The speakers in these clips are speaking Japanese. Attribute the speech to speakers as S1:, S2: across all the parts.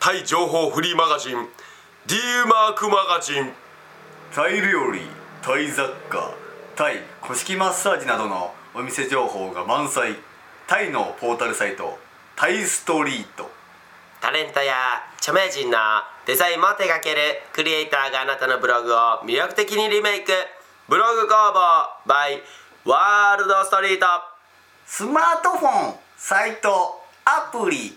S1: タイ情報フリーマガジン D マークマガジン
S2: タイ料理タイ雑貨タイ古式マッサージなどのお店情報が満載タイのポータルサイトタイストリート
S1: タレントや著名人のデザインも手掛けるクリエイターがあなたのブログを魅力的にリメイクブログ工房 by ワールドストリート
S2: スマートフォンサイトアプリ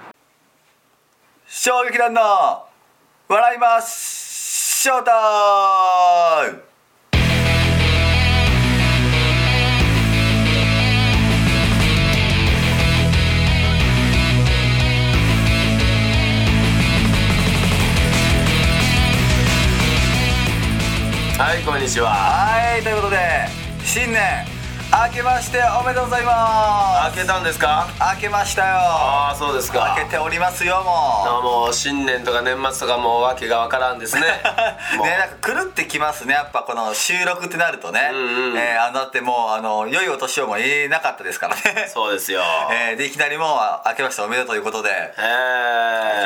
S2: 衝撃団の笑いますショータイム
S1: はいこんにちは
S2: はいということで新年明けましておめでとうございます
S1: 開けたんですか
S2: 明けましたよ
S1: ああそうですか
S2: 明けておりますよもう
S1: あもう新年とか年末とかもう訳がわからんです ねもう
S2: ね、なんか狂ってきますねやっぱこの収録ってなるとね、
S1: うんうん
S2: えーあのだってもうあの良いお年をも言えなかったですからね、
S1: そうですよ
S2: えーでいきなりもう明けましておめでとうということで、
S1: え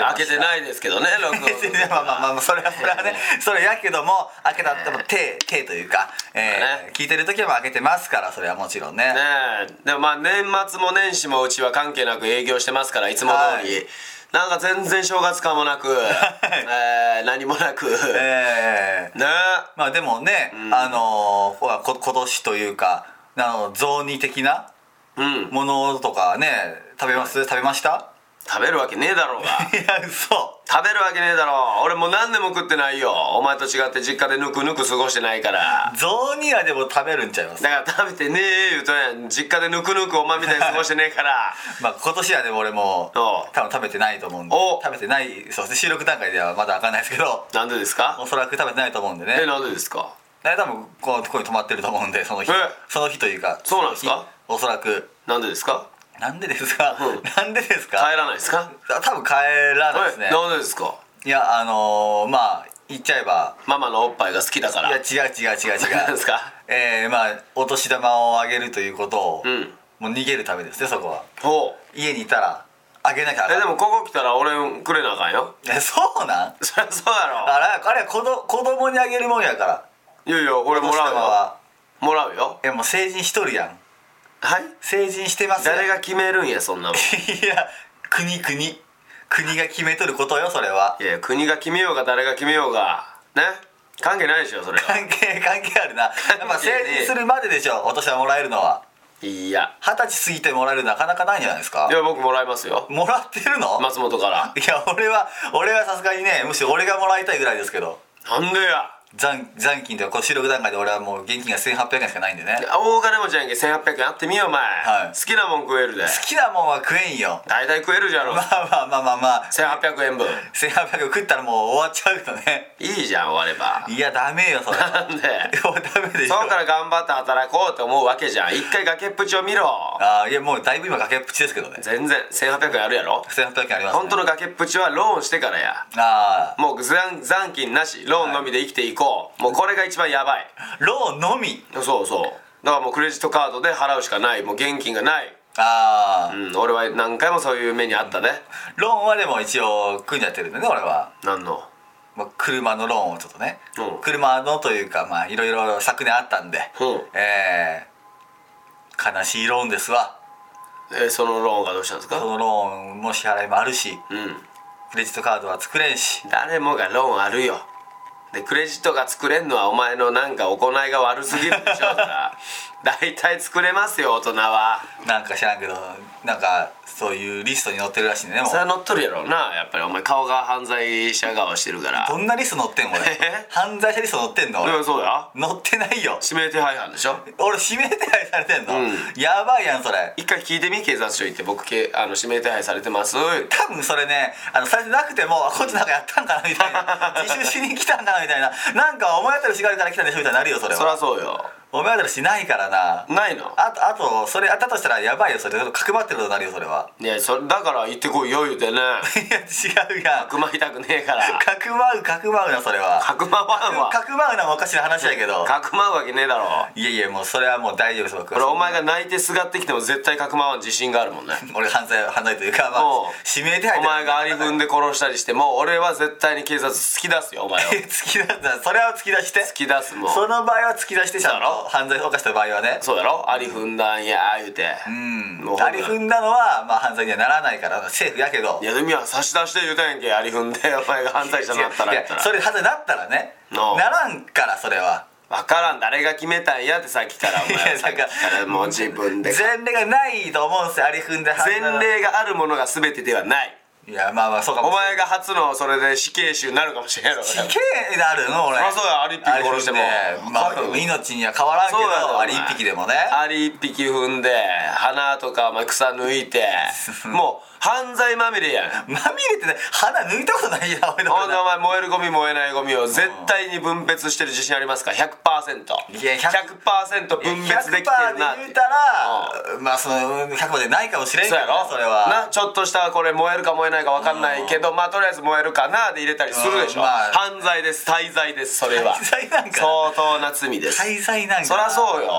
S1: ー、開けてないですけどね 録音
S2: まあまあまあまあそれはそれはねそれやけども開けたっても手手というか、えー
S1: ね
S2: 聞いてる時はもう開けてますからそれはもちろんね
S1: ねえでもまあ年末も年始もうちは関係なく営業してますからいつも通り、
S2: は
S1: なんか全然正月感も なく、えー何もなく、ね
S2: えー
S1: え
S2: まあでもね、あのーほらこ今年というかあの雑煮的な
S1: うん
S2: ものとかね食べます、食べました
S1: 食べるわけねえだろうが
S2: いや嘘
S1: 食べるわけねえだろう俺もう何年も食ってないよお前と違って実家でぬくぬく過ごしてないから
S2: 雑煮はでも食べるんちゃいます
S1: だから食べてねえ言うとんやん実家でぬくぬくお前みたいに過ごしてねえから
S2: まあ今年はでも俺も
S1: お
S2: 多分食べてないと思うんで
S1: お
S2: 食べてないそうです収録段階ではまだ分かんないです けど
S1: なんでです
S2: お
S1: か
S2: そらく食べてないと思うんで
S1: え
S2: ね
S1: なんでですか
S2: だから多分こうここに泊まってると思うんでその日
S1: え
S2: その日というか
S1: そうなんですか
S2: その日おそらく
S1: なんでですか
S2: なんでですか、
S1: うん
S2: なんでですか
S1: 帰らないですか
S2: あ多分帰らないですね
S1: えなんでですか
S2: いやあのーまあ言っちゃえば
S1: ママのおっぱいが好きだから
S2: いや違う違う違う違
S1: なん
S2: う
S1: ですか
S2: えー、まあお年玉をあげるということを、
S1: うん
S2: もう逃げるためですねそこは
S1: ほう
S2: 家にいたらあげなきゃあか
S1: え
S2: ん
S1: でもここ来たら俺くれなあかんよ
S2: えそうなん
S1: そりゃそうや
S2: あれあれは子ど子供にあげるもんやから
S1: ろいやいや俺もらう
S2: お年玉
S1: よ
S2: は
S1: もらうよ
S2: いやもう成人しとるやん
S1: はい
S2: 成人してますやん
S1: 誰が決めるんやそんなもん
S2: いや国国国が決めとることよそれはい
S1: や国が決めようが誰が決めようがね関係ないでしょそれ は
S2: 関係関係あるなやっぱ
S1: 関係ね
S2: 成人するまででしょお年はもらえるのはい
S1: や
S2: 二十歳過ぎてもらえるなかなかないんじゃないですか
S1: いや僕もらいますよ
S2: もらってるの、
S1: 松本から
S2: いや俺は俺はさすがにねむしろ俺がもらいたいぐらいですけど
S1: なんでや
S2: 残残金というかこの収録段階で俺はもう現金が1800円しかないんでね好
S1: 大金持ちやんけ1800円あってみよお前、
S2: はい
S1: 好きなもん食えるで
S2: きなもんは食えんよ
S1: 大体食えるじゃろ
S2: まあまあまあまあまあ
S1: 1800円分
S2: 1800食ったらもう終わっちゃうけどね
S1: いいじゃん終われば
S2: いやダメよそれ
S1: な
S2: は
S1: んで
S2: いやダメでしょ
S1: そうから頑張って働こうと思うわけじゃん一回崖っぷちを見ろ
S2: あーいやもうだいぶ今崖っぷちですけどね
S1: 全然1800円あるやろ
S2: 1800円あります、ね、
S1: 本当の崖っぷちはローンしてからや
S2: あ
S1: もう残残金なしローンのみで生きていこう、もうこれが一番やばい
S2: ーローンのみ
S1: そうそうだからもうクレジットカードで払うしかないもう現金がない
S2: あ
S1: う
S2: ー、
S1: ん俺は何回もそういう目にあったね
S2: ローンはでも一応組んじゃってるんでね俺は、
S1: 何の
S2: まあ、車のローンをちょっとね、
S1: うん
S2: 車のというかまあいろいろ昨年あったんで、
S1: うん
S2: えー悲しいローンですわ
S1: えそのローンがどうしたんです
S2: そ
S1: か
S2: のローンも支払いもあるし
S1: うん
S2: クレジットカードは作れんし
S1: 誰もがローンあるよでクレジットが作れんのはお前のなんか行いが悪すぎるでしょう から大体作れますよ大人は
S2: なんか知らんけどなんかそういうリストに載ってるらしいんでねもう
S1: それは乗っとるやろうなやっぱりお前顔が犯罪者顔してるから
S2: どんなリスト載ってん俺犯罪者リスト載ってんの
S1: で
S2: 俺
S1: もそうだ
S2: 載ってないよ
S1: 指名手配犯でしょ
S2: 俺指名手配されてんの、
S1: うん
S2: やばいやんそれ
S1: 一回聞いてみ警察署行って僕けあの指名手配されてます
S2: 多分それねあのされてなくてもあこいつなんかやったんかなみたい な自首しに来たんかなみたいななんかお前たらしがあるから来たんでしょみたいになるよそれ
S1: そり
S2: は
S1: ゃそうよ
S2: お前たらしないからな
S1: ないの
S2: あとあとそれあったとしたらやばいよそれ角張ってることになるよそれは
S1: ねそれだから行ってこいよ言うて ね
S2: いや違うやん
S1: かくまいたくねえから
S2: 角まう角まうなそれは
S1: かくまわんわ
S2: 角まうなもおかしな話やけど
S1: かくまうわけねえだろ
S2: いやいやもうそれはもう大丈夫です僕
S1: これお前が泣いてすがってきても絶対かくまわん自信があるもんね
S2: 俺犯罪犯罪というかまあ
S1: おう
S2: 指名手配
S1: お前がアリ軍で殺したりしても俺は絶対に警察突き出すよお前を突
S2: 突き出すなそれは突き出して
S1: き出すもん
S2: その場合は突き出してちゃうの犯罪を犯した場合はね
S1: そうやろアリ踏んだんや言うて
S2: うん
S1: もう
S2: あり踏んだのは、まあ、犯罪にはならないからセーフやけど
S1: いやでも今差し出して言うたんやんけアリ踏んでお前が犯罪者になったら
S2: い
S1: や
S2: や
S1: ったら
S2: それ犯罪になったらね
S1: の
S2: ならんからそれは
S1: 分からん誰が決めたんやってさっきからお前
S2: い
S1: は
S2: や
S1: さっきからもう自分で
S2: 前例がないと思うんですよあり踏んで犯罪
S1: 前
S2: なら
S1: 例があるものが全てではない
S2: いやまあまあそうか
S1: お
S2: もしれない
S1: 前が初のそれで死刑囚になるかもしれんやろ
S2: 死刑になるの俺
S1: そりゃそうやアリ一匹殺しても
S2: アリ踏んでまあ、でも命には変わらんけ
S1: そうやろお
S2: ど
S1: 前
S2: あり一匹でもね
S1: アリ一匹踏んで花とかまあ草抜いて もう犯罪まみれやん
S2: まみれてね鼻抜いたことないやん俺の
S1: ほ
S2: 鼻
S1: んでお前燃えるゴミ燃えないゴミを絶対に分別してる自信ありますか 100%100%
S2: いや
S1: 100%分別できてるなって
S2: 100%で言うたらまあその100までないかもしれんけ
S1: そう
S2: ど
S1: やろ
S2: それは
S1: なちょっとしたこれ燃えるか燃えないか分かんないけどまあとりあえず燃えるかなで入れたりするでしょ、
S2: うんまあ
S1: 犯罪です滞在ですそれは
S2: 滞在なんか
S1: 相当な罪です
S2: 滞在なんかな
S1: そりゃそうよ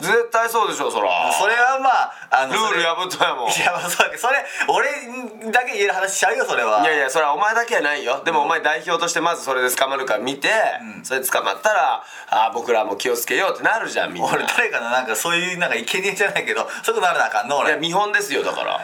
S1: 絶対そうでしょそら
S2: それはまああの
S1: ルール破ったやもん
S2: それいやまあそうだけどそれ俺だけ言える話しちゃうよそれはい
S1: やいやそれはお前だけはないよでもお前代表としてまずそれで捕まるか見て、それで捕まったらあー僕らも気をつけようってなるじゃんみんな
S2: 俺誰かのなんかそういうなんか生贄じゃないけどそういうことならなあかんの
S1: いや
S2: 俺
S1: 見本ですよだから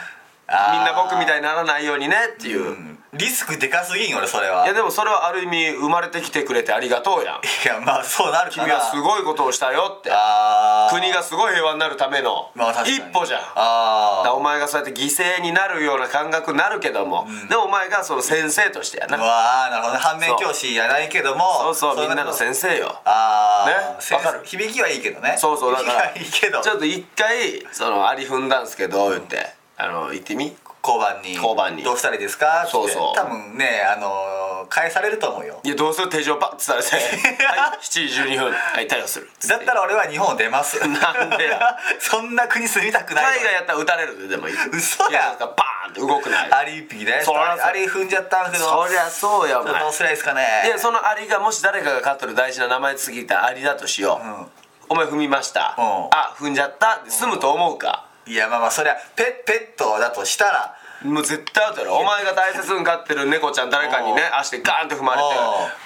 S2: あー
S1: みんな僕みたいにならないようにねっていう、
S2: リスクでかすぎん俺それ
S1: い
S2: は
S1: やでもそれはある意味生まれてきてくれてありがとうやん
S2: いやまあそうなるかな
S1: 君はすごいことをしたよって
S2: あー
S1: 国がすごい平和になるための
S2: まあ確かに
S1: 一歩じゃんだか
S2: あ
S1: ら
S2: あ
S1: お前がそうやって犠牲になるような感覚になるけども、でもお前がその先生としてやな
S2: わあなるほどね反面教師やないけども
S1: そうそうみんなの
S2: 生
S1: 先生よ
S2: ああ
S1: ね
S2: 先
S1: わかる
S2: 生響きはいいけどね
S1: そうそうだから
S2: 響きはいいけど
S1: ちょっと一回そのアリ踏んだんすけど言って、あの行ってみ
S2: 交番に
S1: 交番に
S2: どうしたらいいですかって
S1: そうそう
S2: 多分ねあのー返されると思うよ
S1: いやどうする手錠パッてされて はい7時12分はい逮捕する
S2: だったら俺は日本を出ます
S1: なんでや
S2: そんな国住みたくない
S1: 海外やったら撃たれるででもいい
S2: 嘘やん
S1: いなんかバーンって動くない
S2: アリ一匹ね
S1: そりゃそう
S2: アリ踏んじゃったんですけど
S1: そりゃそうやお
S2: ちょっと
S1: 前
S2: どうすりゃいいですかね
S1: いやそのアリがもし誰かが飼っとる大事な名前つぎたアリだとしよう、お前踏みました、
S2: うん
S1: あ踏んじゃったって済むと思うか、
S2: いやまあまあそりゃペペットだとしたら
S1: もう絶対アウトやろお前が大切に飼ってる猫ちゃん誰かにね足でガーンって踏まれて
S2: うん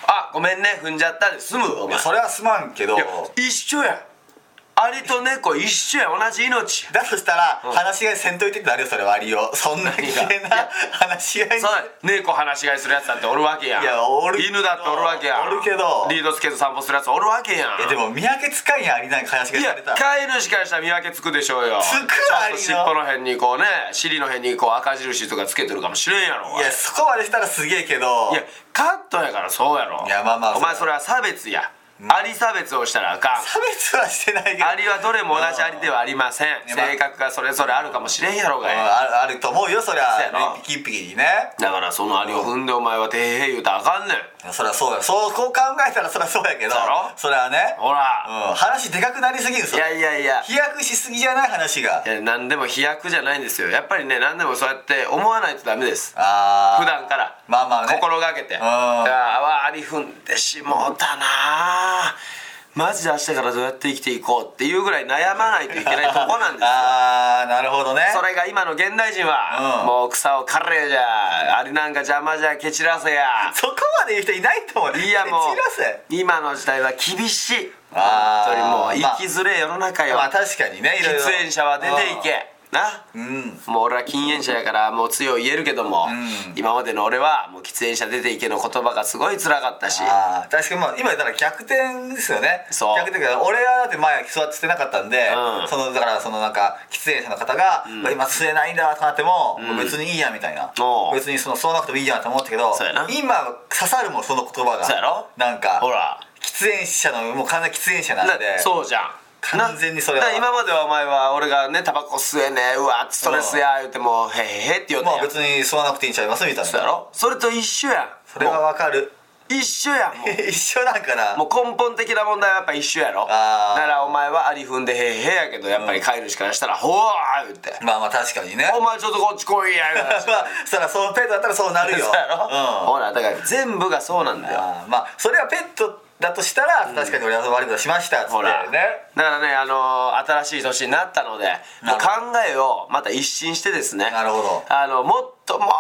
S1: あごめんね踏んじゃったで済むお
S2: いや
S1: 前
S2: それはすまんけど
S1: いや一緒やんアリと猫一緒や同じ命や
S2: だとしたら、話し合いせんといてってなるよそれ割をそんな綺麗
S1: い
S2: な
S1: や
S2: 話し合いに
S1: そうだよ猫話し飼いするやつだっておるわけやん
S2: いやおるけど
S1: 犬だっておるわけやん
S2: おるけど
S1: リードつけず散歩するやつおるわけやん
S2: えでも見分けつかんやんアリなんか話し合い
S1: い
S2: さ
S1: や
S2: れたら
S1: 飼い主からしたら見分けつくでしょうよ
S2: つくわ
S1: ちょっと尻尾の辺にこうね尻の辺にこう赤印とかつけてるかもしれんやろお
S2: い
S1: 前
S2: やそこまでしたらすげえけど
S1: いやカットやからそうやろ
S2: いやまあまあ
S1: お前
S2: そ
S1: そうれは差別や、アリ差別をしたらあかん
S2: 差別はしてないけど
S1: アリはどれも同じアリではありません
S2: やまあ
S1: 性格がそれぞれあるかもしれんやろうが
S2: うん
S1: や
S2: あるあると思うよそ
S1: そう
S2: り
S1: や
S2: ゃ
S1: ろ
S2: 一匹一匹にね
S1: だからそのアリを踏んでお前は「てへへ」言うたらあかんねん
S2: そりゃそうやそうこう考えたらそりゃそうやけど
S1: そうやろ
S2: それはね、
S1: ほ
S2: う
S1: ら、
S2: ん、話でかくなりすぎるそ
S1: い
S2: れ
S1: やいやいや
S2: 飛躍しすぎじゃない話が
S1: いや何でも飛躍じゃないんですよやっぱりね何でもそうやって思わないとダメです
S2: ああ
S1: 普段から
S2: まあまあね
S1: 心がけて「ああアリ踏んでしもうたなマジで明日からどうやって生きていこう」っていうぐらい悩まないといけないとこなんですよ
S2: ああなるほどね
S1: それが今の現代人は、
S2: うん
S1: もう草を刈れじゃアリなんか邪魔じゃ蹴散らせや
S2: そこまで言う人いないと思う
S1: いやも
S2: 散らせ
S1: う今の時代は厳しい本
S2: あー
S1: 当にもう生きづれえ世の中よ、
S2: まあ確かにねいろいろ
S1: 喫煙者は出ていけな、
S2: うん
S1: もう俺は禁煙者やからもう強い言えるけども、
S2: うん
S1: 今までの俺はもう喫煙者出ていけの言葉がすごい辛かったし
S2: ああ確かにまあ今だから逆転ですよね
S1: そう
S2: 逆転だから俺はだって前座って吸ってなかったんで、
S1: うん
S2: そのだからそのなんか喫煙者の方が、まあ今吸えないんだとかなっても、別にいいやみたいな
S1: おう
S2: 別にそのそうなくてもいいやんと思ったけど
S1: そうやな
S2: 今刺さるもんその言葉が
S1: そうやろ
S2: なんか
S1: ほら
S2: 喫煙者のもう完全に喫煙者なんで
S1: なそうじゃん
S2: 完全にそれは
S1: なな今まではお前は俺がねタバコ吸えねえうわストレスや言うてもへへへって言うて
S2: ま
S1: ん
S2: あ
S1: やん
S2: 別に吸わなくていいんちゃいますみたいな
S1: そうやろそれと一緒やん
S2: それは
S1: も
S2: わかる
S1: う一緒やんもう
S2: 一緒なんかな
S1: もう根本的な問題はやっぱ一緒やろだ
S2: あー
S1: からお前はアリ踏んでへーへーやけどやっぱり飼い主からしたら「ほわ!」言って
S2: まあまあ確かにね
S1: 「お前ちょっとこっち来いや」言う
S2: ま
S1: 話
S2: あそらそのペットだったらそうなるよ
S1: そうやろ、
S2: うん
S1: ほらだから全部がそうなんだよ
S2: あーまあそれはペットだとしたら、確かに俺は悪いことしましたっつって
S1: ほら、
S2: ね
S1: だからね、あのー新しい年になったのでもう考えをまた一新してですね
S2: なるほど
S1: あのもっとも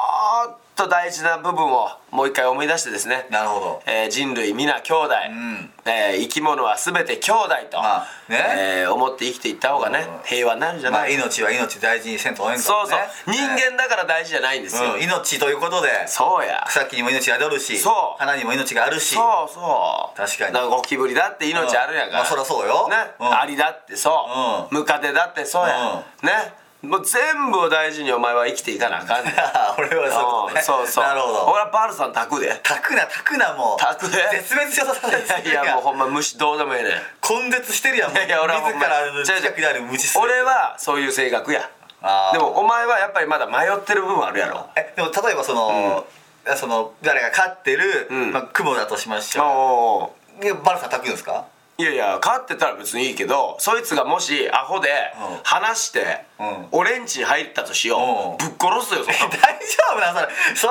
S1: っと大事な部分をもう一回思い出してですね
S2: なるほど
S1: えー人類皆兄弟、
S2: ん
S1: えー生き物は全て兄弟と、
S2: まあね
S1: えー思って生きていった方がね、
S2: うん
S1: 平和になるんじゃ
S2: ま
S1: な
S2: あ
S1: い、
S2: 命は命大事にせんと応援
S1: そうそう、人間だから大事じゃないんですよ、
S2: うん、命ということで
S1: そうや
S2: 草木にも命が宿るし
S1: そう
S2: 花にも命があるし
S1: そうそう
S2: 確かに
S1: だらゴキブリだって命あるやから、
S2: うんまあそらそうよ
S1: ね、
S2: うん
S1: アリだってそう、ムカデだってそうや、ねもう全部を大事にお前は生きていかなあかんねん
S2: 俺はそういうこと ね
S1: そうそう
S2: なるほど
S1: 俺はバルさん炊くで
S2: たくなたくなもう
S1: たくね
S2: 絶滅しようとされて
S1: い
S2: るやん
S1: やもうほんま虫どうでもええ ねん
S2: 根絶してるやんもう
S1: いや俺はほん
S2: 自
S1: ま
S2: らの近くにある無知する
S1: 俺はそういう性格や
S2: あ
S1: で
S2: ー
S1: もお前はやっぱりまだ迷ってる部分あるやろ
S2: えでも例えばその、その誰が飼ってる、
S1: ん
S2: まあ、クモだとしましょ
S1: おー
S2: うでバルさんたくんですか
S1: いやいや飼ってたら別にいいけどそいつがもしアホで
S2: うん
S1: 話して、
S2: うん
S1: 俺んちに入ったとしよう、
S2: う
S1: ぶっ殺すよそんなもんい
S2: 大丈夫なそ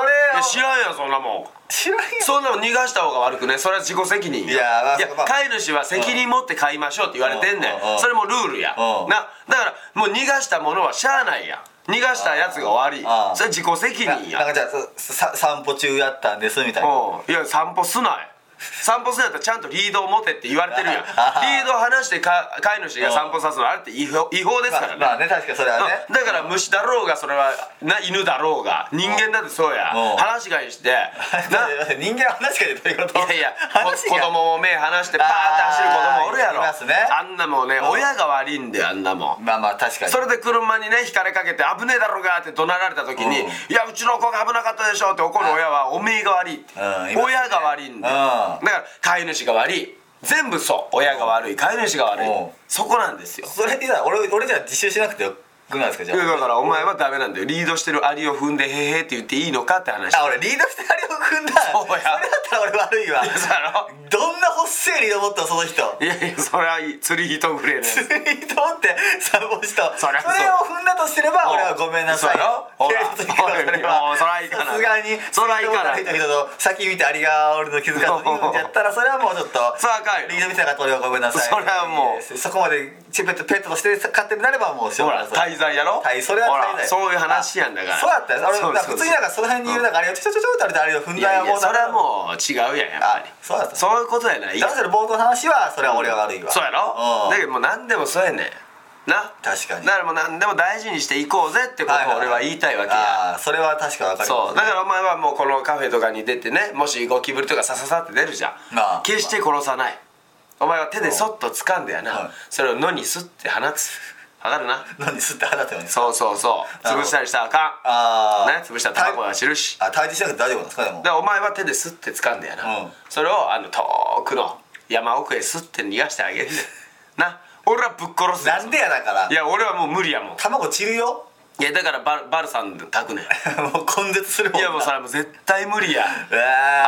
S2: れ
S1: や
S2: そ
S1: 知
S2: れを
S1: らんよそんなもん
S2: 知らんよ
S1: そんなの逃がした方が悪くねそれは自己責任や
S2: いやまあまあ
S1: 飼い主は責任持って飼いましょうって言われてんね
S2: うんうんうんん
S1: それもルールや
S2: うん
S1: なだからもう逃がしたものはしゃあないやん逃がしたやつが悪い
S2: あー
S1: それは自己責
S2: な
S1: 任や
S2: なんかじゃあそさ散歩中やったんですみたいな
S1: うんいや散歩すない散歩すないとちゃんとリードを持てって言われて るやんリードを離してか飼い主が散歩さすのはあれって違法違法ですから
S2: まあ、
S1: ね
S2: まあね確かにそれはね
S1: うんだから虫だろうがそれはな犬だろうが人間だってそうや
S2: うん
S1: 話がいい してな
S2: 人間は話が出てること
S1: いやいやこ
S2: 話が
S1: 子供も目離してパーって走る子供おるやろ
S2: あーいますね
S1: あんなもんね
S2: うん
S1: 親が悪いんだよあんなもん
S2: まあまあ確かに
S1: それで車にねひかれかけて「危ねえだろうが」って怒鳴られた時に
S2: うん
S1: 「いやうちの子が危なかったでしょ」って怒る親は「おめえが悪い」って
S2: うんいますね
S1: 親が悪いんだよ
S2: うん
S1: だから飼い主が悪い全部そう親が悪い飼い主が悪い
S2: うん
S1: そこなんですよ
S2: それでさ俺俺じゃあ自習しなくてよくないですかじゃ
S1: いや
S2: あ
S1: だからお前はダメなんだよリードしてるアリを踏んで「へへ」って言っていいのかって話
S2: あ俺リードしてあれを組んだ
S1: そうや
S2: れだったら俺悪いわ
S1: そうやろ
S2: どんな細いリード持ったのその人
S1: いやいやそれはい釣り人ぐれえのや つ
S2: 釣りと思って散歩した
S1: そりゃそう
S2: れを踏んだとすれば俺はごめんなさい
S1: そうやろほ ら
S2: 警察に行くわそ
S1: お
S2: れ
S1: いも
S2: は
S1: うそらいかない
S2: さすがに
S1: そらいかない
S2: 釣りと思った人の先見てありが俺の気づかずに やったらそれはもうちょっと
S1: それはあかんよ
S2: リード見せなかった俺はごめんなさい
S1: それはもう
S2: そこまでチペットペットとして飼ってるなればもうしょう
S1: ほ
S2: がな
S1: ら
S2: い
S1: 滞在やろ
S2: 滞それは
S1: ほ
S2: 滞
S1: ら
S2: 在
S1: そういう話やんだから
S2: そうだったよ俺
S1: そう
S2: なん
S1: そ
S2: か
S1: う
S2: 普通になんかその辺にいるなんかあれをちょちょちょちょってあれだよ踏ん
S1: い
S2: だ
S1: や
S2: よ
S1: いや
S2: もう
S1: それは
S2: う
S1: もう違うやんやっぱり
S2: あそうだった
S1: そういうことやない
S2: だから冒頭の話はそれは俺が悪いわ
S1: そうやろ
S2: うん
S1: だけどもう何でもそうやねんな
S2: 確かに
S1: だからもう何でも大事にしていこうぜってことを俺は言いたいわけや
S2: ああーそれは確かわかります
S1: そうだからお前はもうこのカフェとかに出てねもしゴキブリとかさささって出るじゃん
S2: ああ
S1: 決して殺さないお前は手でそっと掴んでや
S2: はい
S1: なそれを野にすって放つわかるな
S2: 何吸って放ったよね
S1: そうそうそう
S2: なる
S1: 潰
S2: ほど
S1: したりしたらあか
S2: あ
S1: ん
S2: あ
S1: ね潰したらタバコが散るし
S2: あ退治しなくて大丈夫なんですかでも
S1: だからお前は手でスッて掴んでやな、
S2: うん
S1: それをあの遠くの山奥へスッて逃がしてあげるな俺はぶっ殺すよ
S2: なんでやだから
S1: いや俺はもう無理やもん
S2: 卵散るよ
S1: いやだからバルバルさん炊くねん
S2: もう根絶するもん
S1: いやもうそれはもう絶対無理や
S2: うわ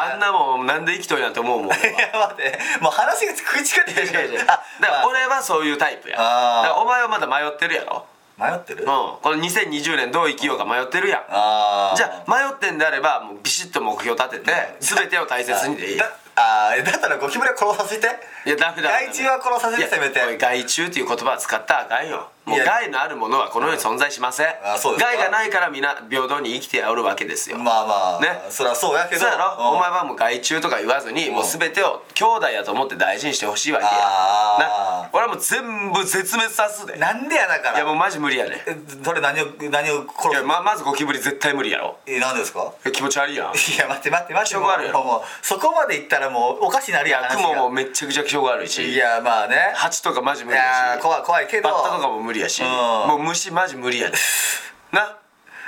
S2: ー
S1: あんなもんなんで生きとるなんて思うもん俺
S2: い
S1: は
S2: や待ってもう話が食い違って
S1: いやいやいやだ
S2: あ
S1: から俺はそういうタイプやだ
S2: あー
S1: からお前はまだ迷ってるやろ
S2: まあ迷って
S1: う
S2: る
S1: んこの2020年どう生きようか迷ってるやん
S2: ああ
S1: じゃあ迷ってんであればもうビシッと目標立てて全てを大切にでいい
S2: だあーだったらゴキブリは殺させて
S1: いやダメだ
S2: 害虫は殺させてせめて
S1: いやおい害虫っていう言葉は使ったらあかんよもう
S2: いや
S1: 害のあるものはこの世に存在しません
S2: あそうですか
S1: 害がないから皆平等に生きておるわけですよ
S2: まあまあ
S1: ね
S2: そりゃそうやけど
S1: そうやろ、
S2: ん
S1: お前はもう害虫とか言わずに、もう全てを兄弟やと思って大事にしてほしいわけや
S2: あー
S1: な俺はもう全部絶滅さすでい
S2: なんでやだから
S1: やもうマジ無理やね
S2: えそれ何を何を
S1: い
S2: 殺
S1: や
S2: す
S1: ままずゴキブリ絶対無理やろ
S2: え何ですか
S1: え気持ち悪いやん
S2: いや待って待って待って
S1: 証拠あるよ
S2: もうもうそこまでいったらもうおかしになるやん
S1: 雲も
S2: も
S1: めっちゃくちゃ気性が悪い
S2: い
S1: し
S2: やまあね
S1: 蜂とかマジ無
S2: い
S1: 理や
S2: や
S1: し
S2: 怖い怖いけど
S1: バッタとかも無理やし、
S2: うん
S1: もう虫マジ無 理やねんな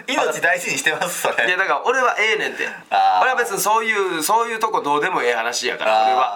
S2: 命大事にしてますそ
S1: いや
S2: れ
S1: だから俺はええねんって
S2: あー
S1: 俺は別にそういうそういうとこどうでもええ話やから俺は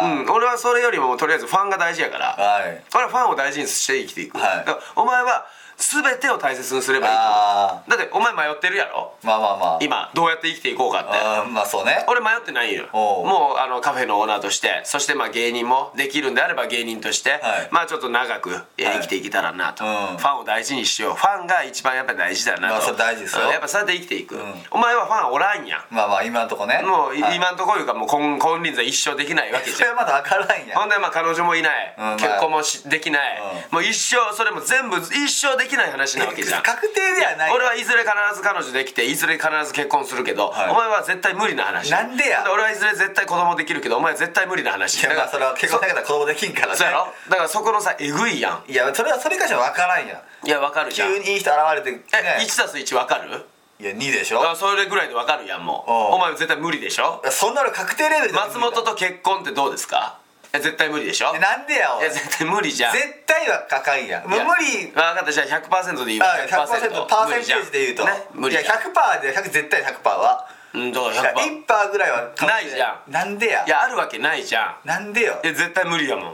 S2: あー
S1: うん、俺はそれよりもとりあえずファンが大事やから、
S2: はい
S1: 俺はファンを大事にして生きていく、
S2: はい
S1: だからお前は全てを大切にすればいい
S2: あ
S1: と思うだってお前迷ってるやろ
S2: まあまあまあ
S1: 今どうやって生きていこうかって
S2: あーまあそうね
S1: 俺迷ってないよ
S2: おう
S1: もうあのカフェのオーナーとしてそしてまあ芸人もできるんであれば芸人として、
S2: はい
S1: まあちょっと長くえー
S2: はい
S1: 生きていけたらなと、
S2: うん
S1: ファンを大事にしようファンが一番やっぱ大事だなと、
S2: まあそれ大事ですよ
S1: うんやっぱそうやって生きていく、
S2: ん
S1: お前はファンおらんやん
S2: まあまあ今のとこね
S1: もうい
S2: はい
S1: 今んところいうかもう金金輪際一生できないわけじゃん
S2: それはまだ分からんや
S1: ほんでまあ彼女もいない、
S2: うんまあ
S1: 結婚もしできない、もう一生それも全部一生できない話なわけじゃん
S2: 確定ではない
S1: 俺はいずれ必ず彼女できていずれ必ず結婚するけど、
S2: はい
S1: お前は絶対無理な話
S2: なんでや
S1: 俺はいずれ絶対子供できるけどお前は絶対無理な話
S2: いやまあそれは結婚だ
S1: そ
S2: けだ子供できんからね
S1: そうやろだからそこのさえぐいや
S2: いやそれはそれかしら分からんやん
S1: んいやわかるじゃん
S2: 急にいい人現れてね
S1: え一1たす1わかる
S2: いや2でしょ
S1: あそれぐらいでわかるやんもう
S2: おう
S1: お前絶対無理でしょ
S2: そんなの確定レベルで
S1: 松本と結婚ってどうですかいや絶対無理でしょ
S2: えなんでやお
S1: い
S2: い
S1: や絶対無理じゃん
S2: 絶対はかかんやんも
S1: い
S2: う
S1: や
S2: 無理
S1: 分かったじゃあ100%でいいわ
S2: あ100%パーセンテージで言うと、
S1: ね無理
S2: い
S1: じ
S2: や
S1: ゃん
S2: 100%で100絶対100%は
S1: うんどう
S2: いや
S1: 100%
S2: 1%パーぐらいは確定
S1: ないじゃん
S2: なんでや
S1: いやあるわけないじゃん
S2: なんでよ
S1: いや絶対無理やもん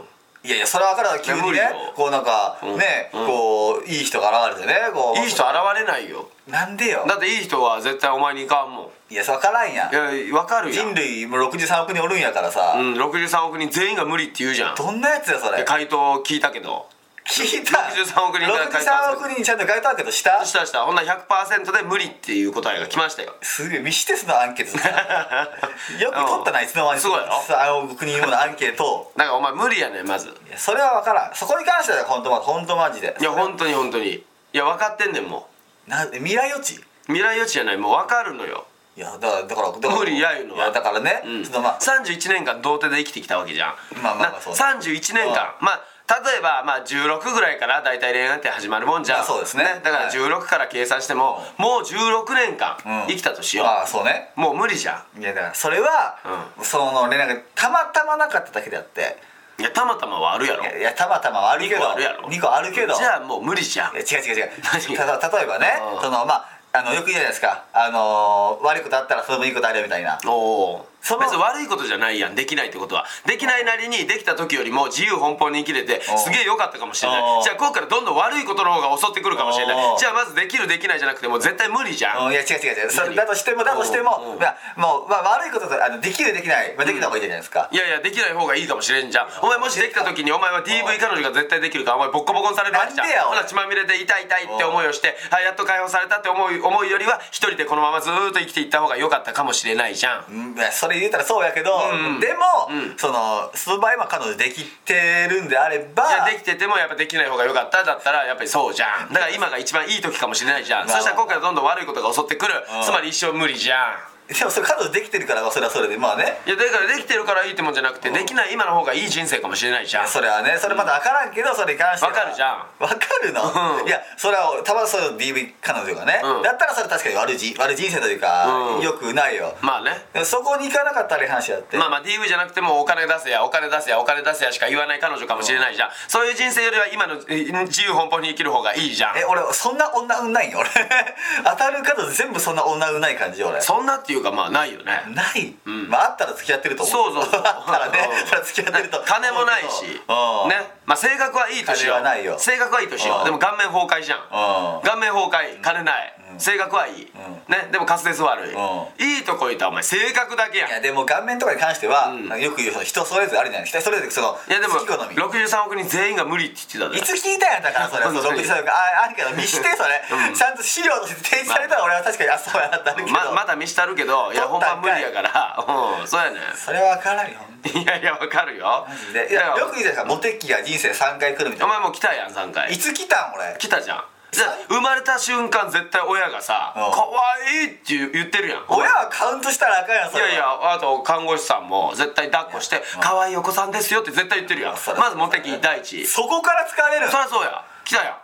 S2: いやいやそれは分からん急に
S1: 無理
S2: ね
S1: よ
S2: こうなんか
S1: ん
S2: ね、
S1: うん
S2: こういい人が現れてねこう
S1: いい人現れないよ
S2: なんでよ
S1: だっていい人は絶対お前にいかんもん
S2: いやそれ分からんやん
S1: いや分かるやん
S2: 人類もう63億人おるんやからさ、
S1: うん63億人全員が無理って言うじゃん
S2: どんなやつやそ
S1: で
S2: れ
S1: 回答聞いたけど
S2: 聞いた
S1: 63億人から書いたん
S2: 63
S1: です
S2: 億人ちゃんと書いたわけどした
S1: したしたほんなら100%で無理っていう答えが来ましたよ
S2: すげえミシテスのアンケートさ よく取ったないつの間に
S1: すごいやろ
S2: 3億人ものアンケート
S1: だからお前無理やねんまず
S2: いやそれは分からんそこに関しては本当ま本当マジで
S1: いや本当に本当にいや分かってんねんも
S2: な未来予知
S1: う未来予知じゃないもう分かるのよ
S2: いやだからだからだから
S1: 無理やいうのはい
S2: だからね、
S1: うん、
S2: ちょっとまあ
S1: 31年間童貞で生きてきたわけじゃん
S2: まあまあまあ
S1: な
S2: そうだ
S1: 31年間、まあ例えばまあ16ぐらいから大体恋愛って始まるもんじゃん、
S2: まあそうですね
S1: だから
S2: はい
S1: 16から計算しても、もう16年間
S2: うん
S1: 生きたとしよう、
S2: まあそうね
S1: もう無理じゃ
S2: いやだからそれは、その連絡がたまたまなかっただけであって
S1: んいやたまたまはあるやろ
S2: いやいやたまたまはあるけ
S1: 2
S2: ど
S1: 個あるやろ
S2: 二個あるけど
S1: じゃあもう無理じゃん
S2: いや違う違う違
S1: 何
S2: うただ例えばね
S1: うん
S2: そのまああのよく言うじゃないですかあのー悪いことあったらそれもいいことあるよみたいな
S1: おお
S2: その
S1: 別に悪いことじゃないやんできないってことはできないなりにできた時よりも自由奔放に生きれて
S2: おう
S1: すげえ良かったかもしれない
S2: お
S1: うじゃあここからどんどん悪いことの方が襲ってくるかもしれない
S2: おう
S1: じゃあまずできるできないじゃなくてもう絶対無理じゃん
S2: うんいや違う違う違うそれ
S1: 何
S2: だとしてもだとして
S1: うんう
S2: も
S1: ん
S2: まあもう、まあ、悪いこととあのできるできない、まあ、できた方がいいじゃないですか、
S1: いやいやできない方がいいかもしれんじゃんお前もしできた時にお前は DV 彼女が絶対できるからお前ボッコボコにされるわけじゃん
S2: なんでや
S1: ほ
S2: おい
S1: ら血まみれで痛い痛いって思いをしてあやっと解放されたって思う思いよりは一人でこのままずーっと生きていった方が良かったかもしれないじゃん
S2: うんいやそれ言うたらそうやけど、
S1: うん
S2: でも、
S1: うん
S2: そのその場合は彼女できてるんであれば
S1: いやできててもやっぱできない方が良かっただったらやっぱりそうじゃんだから今が一番いい時かもしれないじゃん
S2: まあ
S1: そしたら今回はどんどん悪いことが襲ってくる
S2: うん
S1: つまり一生無理じゃん
S2: でもそれ彼女できてるからそれはそれでまあね
S1: いやだからできてるからいいってもんじゃなくてできない今の方がいい人生かもしれないじゃん
S2: それはねそれまだ分からんけどそれに関しては
S1: わかるじゃん
S2: 分かるの、
S1: うん
S2: いやそれはたまそういう DV 彼女がね、
S1: うん
S2: だったらそれ確かに悪いじ悪い人生というか、
S1: うん
S2: よくないよ、
S1: まあね
S2: でもそこに行かなかったらいい話だって、
S1: まあまあ DV じゃなくてもお金出せやお金出せやお金出せやしか言わない彼女かもしれないじゃんそういう人生よりは今のえ自由奔放に生きる方がいいじゃん
S2: え俺そんな女運ないよ俺 当たる方全部そんな女運ない感じ俺
S1: そんなっていうかまあないよね
S2: ない、
S1: ん
S2: まああったら付き合ってると思う
S1: そうそうそう
S2: あったらね
S1: うん
S2: それは付き合ってると思うけど
S1: 金もないしね
S2: うん
S1: まあ性格はいいとしよ
S2: 金はないよ
S1: う性格はいいとし
S2: う
S1: ようんでも顔面崩壊じゃん
S2: うん
S1: 顔面崩壊金ない、性格はいい、ね、でも滑舌悪い、
S2: ん
S1: いいとこ言ったらお前性格だけやん
S2: いやでも顔面とかに関しては、
S1: ん
S2: なんかよく言うその人それぞれあるじゃない人それぞれその
S1: いやでも
S2: 好き好み
S1: 63億人全員が無理って言ってた
S2: い
S1: で
S2: つ聞いたんやったか らそれ
S1: 本当に
S2: 63億ああるけど見してそれ、ちゃんと資料として提示されたら俺は確かにあそうやなってなるけど、
S1: ままだ見したるけ どいや
S2: 撮
S1: 本
S2: った
S1: 番
S2: ん
S1: 無
S2: かい
S1: 理やからうん そうやね
S2: それは分からんよほんと
S1: んいやいやわかるよ
S2: にでいやよく言うじゃないですかモテ期が人生3回来るみた
S1: お
S2: いな
S1: 前もう来たやん3回
S2: いつ来たん俺
S1: 来たじゃんじゃあ生まれた瞬間絶対親がさ「
S2: うん
S1: 可愛いって言う言ってるやん
S2: 親はカウントしたらあかんやん
S1: い
S2: それは
S1: やいやあと看護師さんも絶対抱っこして「可愛いお子さんですよ」って絶対言ってるやん
S2: そうだ
S1: まずモテ期第一そ
S2: そこから使われ
S1: り
S2: る
S1: ゃそうや来たやん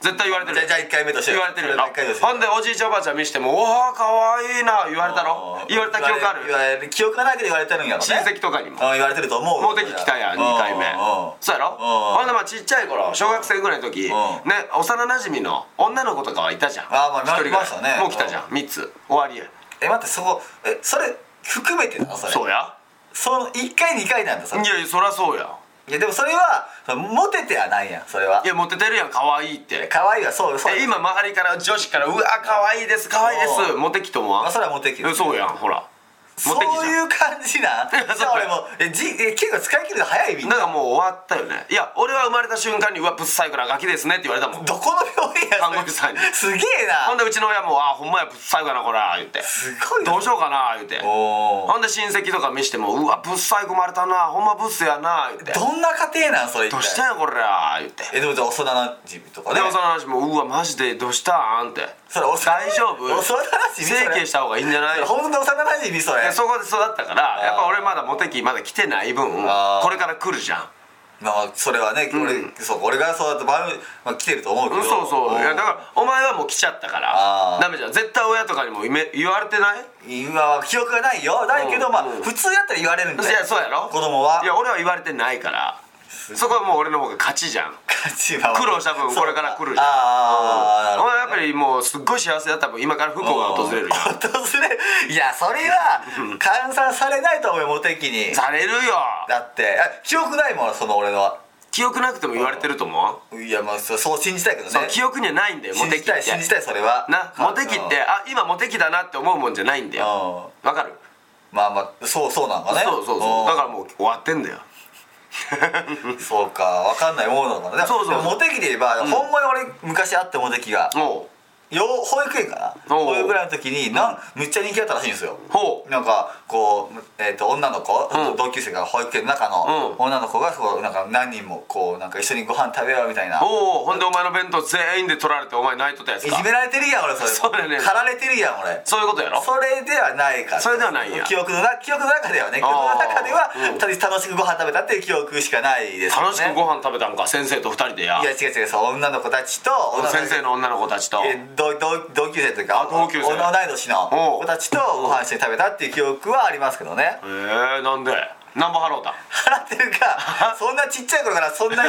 S1: 絶対言われて
S2: じゃあ
S1: る
S2: じゃあ1回目として
S1: 言われてるよな
S2: 1回目として
S1: ほんでおじいちゃんおばあちゃん見しても「おおかわいいな」言われたろ言われた記憶あ
S2: 言
S1: る
S2: われる記憶がないけど言われてるんやろね
S1: 親戚とかにも
S2: うん言われてると思う
S1: モテ期来たやん2回目そうやろ
S2: うん
S1: ほんでまあちっちゃい頃小学生ぐらいの時ね
S2: ん
S1: 幼なじみの女の子とかはいたじゃん
S2: あまあ
S1: 一人ぐら
S2: いましたね
S1: もう来たじゃん3つ終わりや
S2: え待ってそこえそれ含めてなのそれ
S1: そうや
S2: その1回2回なんだそれ
S1: いやいやそりゃそうや
S2: いやでもそれはそのモテてはないやんそれはい
S1: やモテてるやん可愛いって
S2: 可愛いはそうそう
S1: え今周りから女子から「うわ可愛いです可愛いです
S2: う
S1: モテ期と思わ
S2: まあ
S1: ん
S2: それはモテ期
S1: えそうやんほら
S2: そ
S1: モテ期
S2: う
S1: じゃ
S2: いう感じなん
S1: そう
S2: じゃあ俺もえじえ結構使い切るの早いみん
S1: ん
S2: な
S1: だからもう終わったよねいや俺は生まれた瞬間に「うわぶっさいからガキですね」って言われたもん
S2: どこの病院やそれ
S1: 看護師さんに
S2: すげえ
S1: ほん
S2: な
S1: でうちの親も「あほんまやぶっさいかなこれ」言って
S2: すごいな
S1: どうしようかな言って
S2: おー
S1: ほんで親戚とか見しても「うわぶっさい込まれたなほんまブスやな」言って
S2: どんな家庭なんそれ一
S1: ど
S2: 体
S1: うしたんやこれ」言って
S2: えでもじゃあ幼なじみとかね
S1: でもその話も「うわマジでどうしたん?」って
S2: それ幼
S1: 大丈夫
S2: 幼なじみ
S1: 整形した方がいいんじゃない
S2: 本当の幼なじみそれ
S1: でそこで育ったからやっぱ俺まだモテ期まだ来てない分
S2: あー
S1: これから来るじゃん
S2: まあそれはね俺,、
S1: うん
S2: そう俺がそうだと場合、まあ、来てると思うけ
S1: う
S2: ど
S1: んそうそ
S2: ん
S1: ういやだからお前はもう来ちゃったか
S2: あ
S1: ら
S2: ー
S1: ダメじゃん絶対親とかにも言め言われてない
S2: 今は記憶がないよないけど、
S1: うん
S2: まあ
S1: うん
S2: 普通やったら言われるん
S1: い
S2: だよ
S1: やそうやろ
S2: 子供はい
S1: や俺は言われてないからそこはもう俺の方が勝ちじゃん
S2: 勝ちは
S1: 苦労した分これから来るじゃん
S2: あ
S1: お
S2: あ
S1: 前やっぱりもうすっごい幸せだった分今から不幸が訪 れるよ
S2: 訪れるいやそれは換算されないと思うよモテ期に
S1: されるよ
S2: だってあ記憶ないもんその俺のは
S1: 記憶なくても言われてると思う
S2: いやまあそうそう信じたいけどね
S1: そう記憶にはないんだよモ
S2: 信
S1: テ
S2: じ
S1: 期
S2: た
S1: っ
S2: い信じ
S1: て
S2: たいそれは
S1: なモテ期ってあ今モテ期だなって思うもんじゃないんだ
S2: うん
S1: よ
S2: うん
S1: わかる
S2: まあまあそうそうなんかね
S1: そうそうそうだからもう終わってんだよ
S2: うんそうかわかんないものなのね
S1: そうそう
S2: でもモテ期で言えば、
S1: ん
S2: ほんまに俺昔あってモテ期が
S1: も
S2: よう保育園かな
S1: おう
S2: 保育園の時になんめっちゃ人気だったらしいんですよ
S1: うほう
S2: なんかこう、えー、と女の子、
S1: うん
S2: 同級生が保育園の中の
S1: う
S2: 女の子がこうなんか何人もこうなんか一緒にご飯食べようみたいな
S1: おおほんでお前の弁当全員で取られてお前泣いとったやつ
S2: いじ
S1: か
S2: められてるやん俺それ
S1: そうだね
S2: 駆られてるやん俺
S1: そういうことやろ
S2: それではないから
S1: それではないんや
S2: 記憶のな記憶の中ではね記憶の
S1: あー
S2: 中では
S1: うん
S2: ただ楽しくご飯食べたっていう記憶しかないですよね
S1: 楽しくご飯食べたんか先生と二人でや
S2: いや違う違うそう女の子たちと
S1: 先生の女の子たちと
S2: えー同同同級生という
S1: あ
S2: か
S1: 同級生
S2: 同い年の
S1: おう
S2: 子たちとご飯一緒に食べたっていう記憶はありますけどね
S1: えー、なんでなんぼ払うた
S2: 払って るかそんなちっちゃい頃からそんな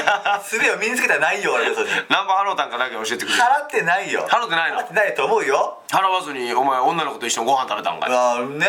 S2: 術を身につけたらないよ 俺別に
S1: なんぼ払うたんかだけ教えてくれ
S2: 払ってないよ
S1: 払ってないの
S2: 払ってないと思うよ
S1: 払わずにお前女の子と一緒にご飯食べたんかい
S2: あーね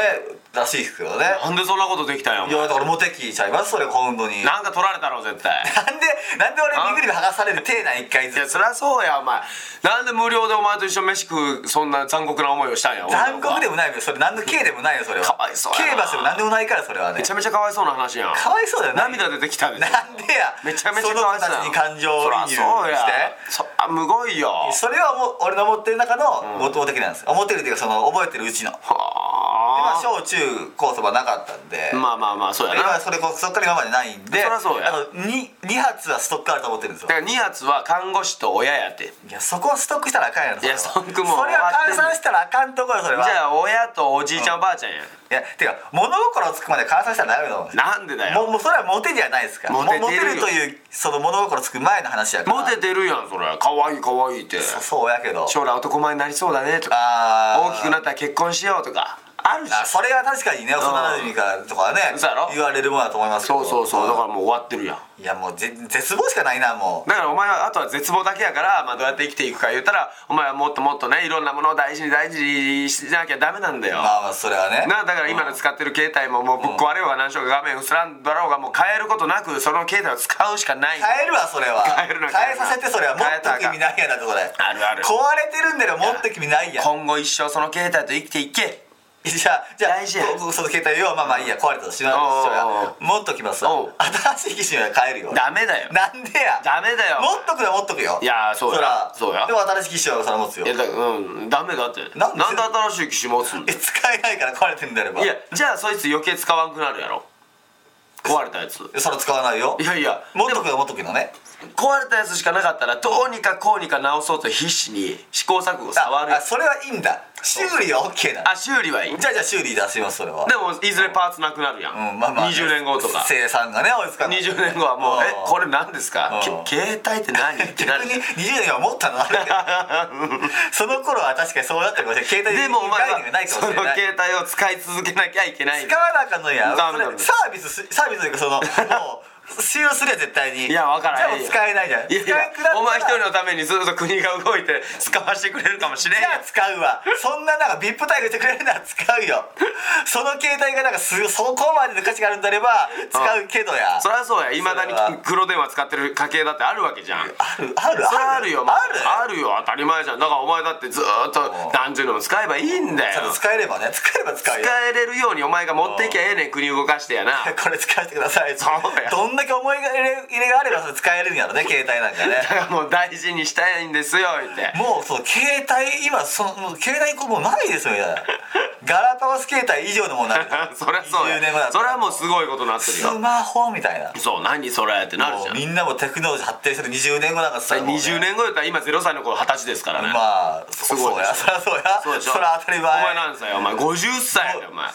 S2: らしいですけどね
S1: なんでそんなことできたんやお
S2: いや
S1: 前
S2: だからモテ期ちゃいますそれ今度にな
S1: なんか取られたろ絶対
S2: んでなんで俺身ぐり剥がされる手なん一回
S1: いや
S2: ずつ
S1: そりゃそうやお前なんで無料でお前と一緒に飯食うそんな残酷な思いをしたんや
S2: 残
S1: 女の子
S2: 酷
S1: は
S2: でもないよそれ何の刑でもないよそれは
S1: かわいそうやな
S2: 刑罰でも何でもないからそれはね
S1: めちゃめちゃかわいそうな話やん
S2: かわいそうだよね
S1: 涙出てきたでしょ
S2: なんでや
S1: めちゃめちゃ
S2: そ
S1: か
S2: の
S1: わ
S2: 子
S1: いそう
S2: た
S1: や
S2: ち
S1: ん
S2: に感情
S1: そ
S2: 移
S1: ら
S2: 入し
S1: そうや
S2: て
S1: そあむごいよ
S2: それはもう俺の持ってる中のも持ってるっていうかその持ってるっていうかその覚えてるうちのでまあ
S1: は
S2: 小中高とはなかったんで
S1: あまあまあまあそうやな
S2: 今それこそっから今までないんで
S1: そらそうや
S2: あの 2, 二発はストックあると思ってるんですよ
S1: だから2発は看護師と親やって
S2: いやそこはストックしたらあかんやろそれはい
S1: やストックもう
S2: それは
S1: 終わってんねん
S2: 換算したらあかんとこよそれは
S1: じゃあ親とおじいちゃんおばあちゃんや
S2: いやてか物心つくまで換算したらダメだと思うんですよ
S1: なんでだ
S2: も
S1: よ
S2: うもうそれはモテじゃないですから
S1: モテてるよ
S2: もうモテるというその物心つく前の話やから
S1: モテてるやんそれかわいいかわいいって
S2: そうそうやけど
S1: 将来男前になりそうだねとか
S2: あー
S1: 大きくなったら結婚しようとかああるじゃ
S2: あ
S1: ん
S2: それが確かにね幼馴染からとかね
S1: そうやろ
S2: 言われるものだと思いますけ
S1: そう
S2: ど
S1: そうそうだからもう終わってるやん
S2: いやもうぜ絶望しかないなもう
S1: だからお前はあとは絶望だけやから、まあ、どうやって生きていくか言ったらお前はもっともっとねいろんなものを大事に大事にしなきゃダメなんだよ、
S2: まあまあそれはね
S1: なだから今の使ってる携帯ももうぶっ壊れようが何しようが画面薄らんだろうがもう変えることなくその携帯を使うしかないんだよ
S2: 変えるわそれは
S1: 変えるな
S2: 変えさせてそれはも
S1: 変え
S2: っ
S1: たらあかん
S2: と君ないやんだってそれ
S1: あるある
S2: 壊れてるんだよもっと君ないやん
S1: 今後一生その携帯と生きていけ
S2: じゃあじゃあ
S1: 大事や
S2: ここその携帯をまあまあいいや壊れたとしまし
S1: おうおう
S2: ょ
S1: お
S2: うや持っときます
S1: おう
S2: 新しい機種には変えるよ
S1: ダメだよ
S2: なんでや
S1: ダメだよ
S2: 持っとくよ持っとくよ
S1: いやーそうや
S2: ら
S1: そうや
S2: でも新しい機種はそれ持つよ
S1: いやだうんダメだって
S2: なんで
S1: なんで新しい機種持つんだ
S2: え
S1: よ
S2: 使えないから壊れてんだれば
S1: いやじゃあそいつ余計使わんくなるやろ壊れたやつい
S2: それ使わないよ
S1: やいや
S2: 持っとくよ持っとくのね
S1: 壊れたやつしかなかったらどうにかこうにか直そうと必死に試行錯誤触る
S2: ああそれはいいんだ修理は OK だ
S1: あ修理はいい
S2: じゃあじゃあ修理出しますそれは
S1: でもいずれパーツなくなるやん、
S2: うんまあまあ
S1: 20年後とか
S2: 生産がね追いつかない
S1: 20年後はもう「えこ
S2: れ
S1: れ何ですか
S2: うん
S1: け携帯って何?」ってな
S2: 逆
S1: る
S2: に20年は持ったのあるけどその頃は確かにそうだったかもしれない携帯
S1: でもお前
S2: 概念がな
S1: はい
S2: か
S1: そ
S2: も
S1: の
S2: しれない
S1: 携帯を使い続けなきゃいけない
S2: 使わなあかんのや
S1: ダメ
S2: そ
S1: ダメ
S2: れサービスすサービスというかその もう終了するや絶対に
S1: いやわからん
S2: じゃあもう使えないじゃん
S1: いやい
S2: 使え
S1: や
S2: なくなったら
S1: お前一人のためにずっと国が動いて使わせてくれるかもしれん
S2: じ
S1: やん
S2: ゃあ使うわそんななんか VIP 待遇してくれるなら使うよその携帯がなんかすそこまでの価値があるんであれば使うけどや
S1: そりゃそうやいまだに
S2: それは
S1: 黒電話使ってる家系だってあるわけじゃん
S2: あるある
S1: それはあるよま
S2: ある
S1: あるよ当たり前じゃんだからお前だってずーっと何十年も使えばいいんだ
S2: ちゃん
S1: よ
S2: と使えればね使えれば使
S1: 使
S2: うよ
S1: えれるようにお前が持っていきゃええねん国動かしてやな
S2: これ使わせてください
S1: そうや
S2: どんだけ思い入れ入れがあればそれ使えるんやろね携帯なんかね
S1: だからもう大事にしたいんですよ言って
S2: もうそう携帯今そのもう携帯もうないですよみたいなガラパゴス携帯以上のものにな る
S1: そりゃそうや
S2: 20年後だったら
S1: それはもうすごいことになってる
S2: ス
S1: よ
S2: マホみたいな
S1: そう何それってなるじゃん
S2: もうみんなもテクノロジー発展してる20年後なんかさ
S1: 20年後だったら今0歳の子二十歳ですからね、
S2: まあそ
S1: すごい
S2: そう
S1: で
S2: や
S1: し
S2: そりゃそうや
S1: そうでしょ
S2: そりゃ当たり前
S1: お前何歳お前50歳やでお前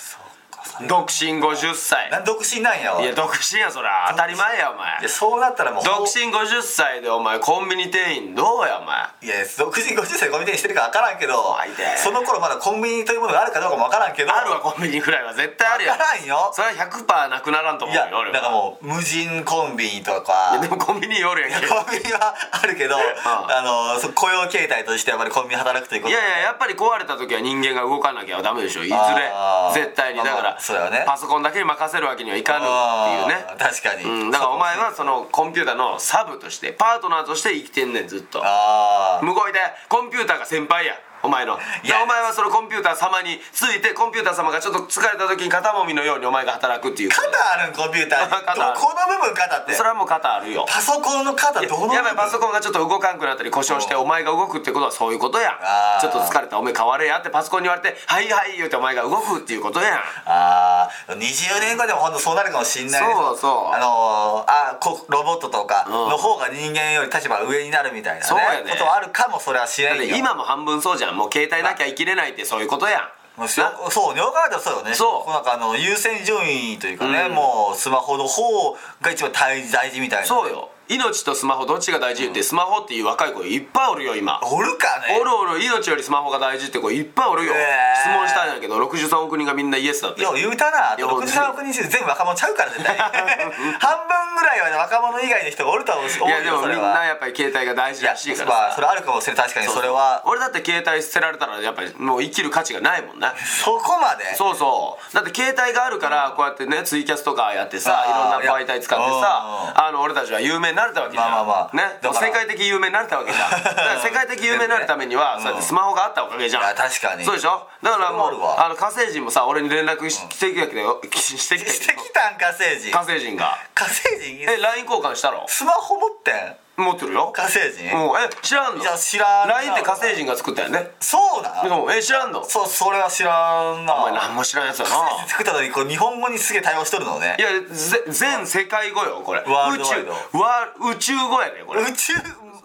S1: 独身50歳
S2: なん独身なんやわ
S1: いや独身やそりゃ当たり前やお前
S2: いやそうなったらもう
S1: 独身50歳でお前コンビニ店員どうやお前
S2: いや独身50歳でコンビニ店員してるか分からんけど
S1: いね
S2: その頃まだコンビニというものがあるかどうかも分からんけど
S1: あるわコンビニぐらいは絶対あるや
S2: 分からんよ
S1: それは100%なくならんと思
S2: いう
S1: よ
S2: や
S1: 俺
S2: だから
S1: は
S2: もう無人コンビニと
S1: いや
S2: か
S1: でもコンビニ夜やんけ
S2: コンビニはあるけど、あのそ雇用形態としてやっぱりコンビニ働くというこ
S1: い
S2: と
S1: やいややっぱり壊れた時は人間が動かなきゃダメでしょいずれ
S2: あー
S1: 絶対にだか
S2: まあま
S1: ら
S2: あそうだよね
S1: パソコンだけに任せるわけにはいかぬっていう
S2: あー
S1: ね
S2: 確かに、
S1: うん、だからお前はそのコンピューターのサブとしてパートナーとして生きてんねんずっと
S2: ああ
S1: 向こうでコンピューターが先輩やお前の
S2: い
S1: で
S2: や
S1: お前はそのコンピューター様についてコンピューター様がちょっと疲れた時に肩もみのようにお前が働くっていう
S2: 肩あるんコンピュータ ー
S1: 肩ある
S2: どこの部分肩って
S1: それはもう肩あるよ
S2: パソコンの肩どの部分
S1: やばいパソコンがちょっと動かんくなったり故障して
S2: うん
S1: お前が動くってことはそういうことや
S2: あー
S1: ちょっと疲れたお前変われやってパソコンに言われて「はいはい」言うてお前が動くっていうことやん
S2: ああ20年後でもほんとそうなるかもしんないね
S1: そうそう
S2: あのー、あーこロボットとか
S1: うん
S2: の方が人間より立場が上になるみたいな、ね
S1: そうやね
S2: ことはあるかもそれは知れ
S1: だっ
S2: ん
S1: て
S2: よ
S1: 今も半分そうじゃんもう携帯なきゃ生きれないってそういうことやん
S2: もうしょ
S1: な
S2: そう尿管だとそうよね
S1: そう
S2: なんかあの優先順位というか
S1: う
S2: ね、
S1: ん
S2: もうスマホの方が一番大事大事みたいな
S1: そうよ命とスマホどっちが大事言ってスマホっていう若い子いっぱいおるよ今
S2: おるかね
S1: おるおる命よりスマホが大事って子いっぱいおるよ
S2: えー
S1: 質問したんやけど63億人がみんなイエスだって
S2: よう言うたな
S1: よう言う
S2: 63億人中全部若者ちゃうから絶 対半分ぐらいはね若者以外の人がおるとは思う
S1: いやで
S2: よ
S1: も
S2: そ
S1: み
S2: れ
S1: ん
S2: は
S1: なやっぱり携帯が大事らしいから
S2: まあ
S1: さ
S2: それあるかもしれない確かにそれは
S1: 俺だって携帯捨てられたらやっぱりもう生きる価値がないもんな
S2: そこまで
S1: そうそうだって携帯があるからこうやってねツイキャスとかやってさいろん
S2: あー
S1: な媒体使ってさあの俺たちは有名になれたわけじゃん、
S2: まあまあまあ
S1: ね
S2: だから
S1: 世界的有名になれたわけ じゃんだから世界的有名になるためには、
S2: うん
S1: そうやってスマホがあったおかげじゃん
S2: いや確かに
S1: そうでしょだからも
S2: それ
S1: う
S2: はあるわ
S1: あの火星人もさ俺に連絡ししてきたけど してきた
S2: し
S1: け
S2: て
S1: ど
S2: きたん火星人
S1: 火星人が
S2: 火星人
S1: え LINE 交換したろ
S2: スマホ持ってん
S1: 持ってるよ
S2: 火星人
S1: うんえ知らんの
S2: いや知らんな
S1: LINE って火星人が作ったよね
S2: そうだ
S1: でもえ知らんの
S2: そうそれは知らんな
S1: お前何も知らんやつだな
S2: 火星人作ったのにこう日本語にすげえ対応しとるのね
S1: いやぜ全世界語よこれ宇
S2: ワールドワイド
S1: 宙わ宇宙語やねこれ
S2: 宇宙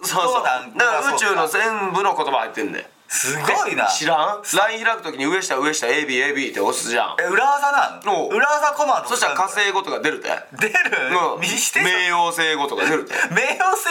S1: そうそう
S2: なん
S1: だから
S2: まあ
S1: 宇
S2: そう
S1: 宙
S2: か
S1: の全部の言葉入ってんだよ
S2: すごいな
S1: 知らん ?LINE 開くときに上下上下 ABAB って押すじゃん
S2: え裏技な
S1: お
S2: の
S1: う
S2: 裏技コマンド
S1: そしたら火星語とか出るで
S2: 出る
S1: うん
S2: 見して
S1: 冥王星語とか出るで
S2: 冥王星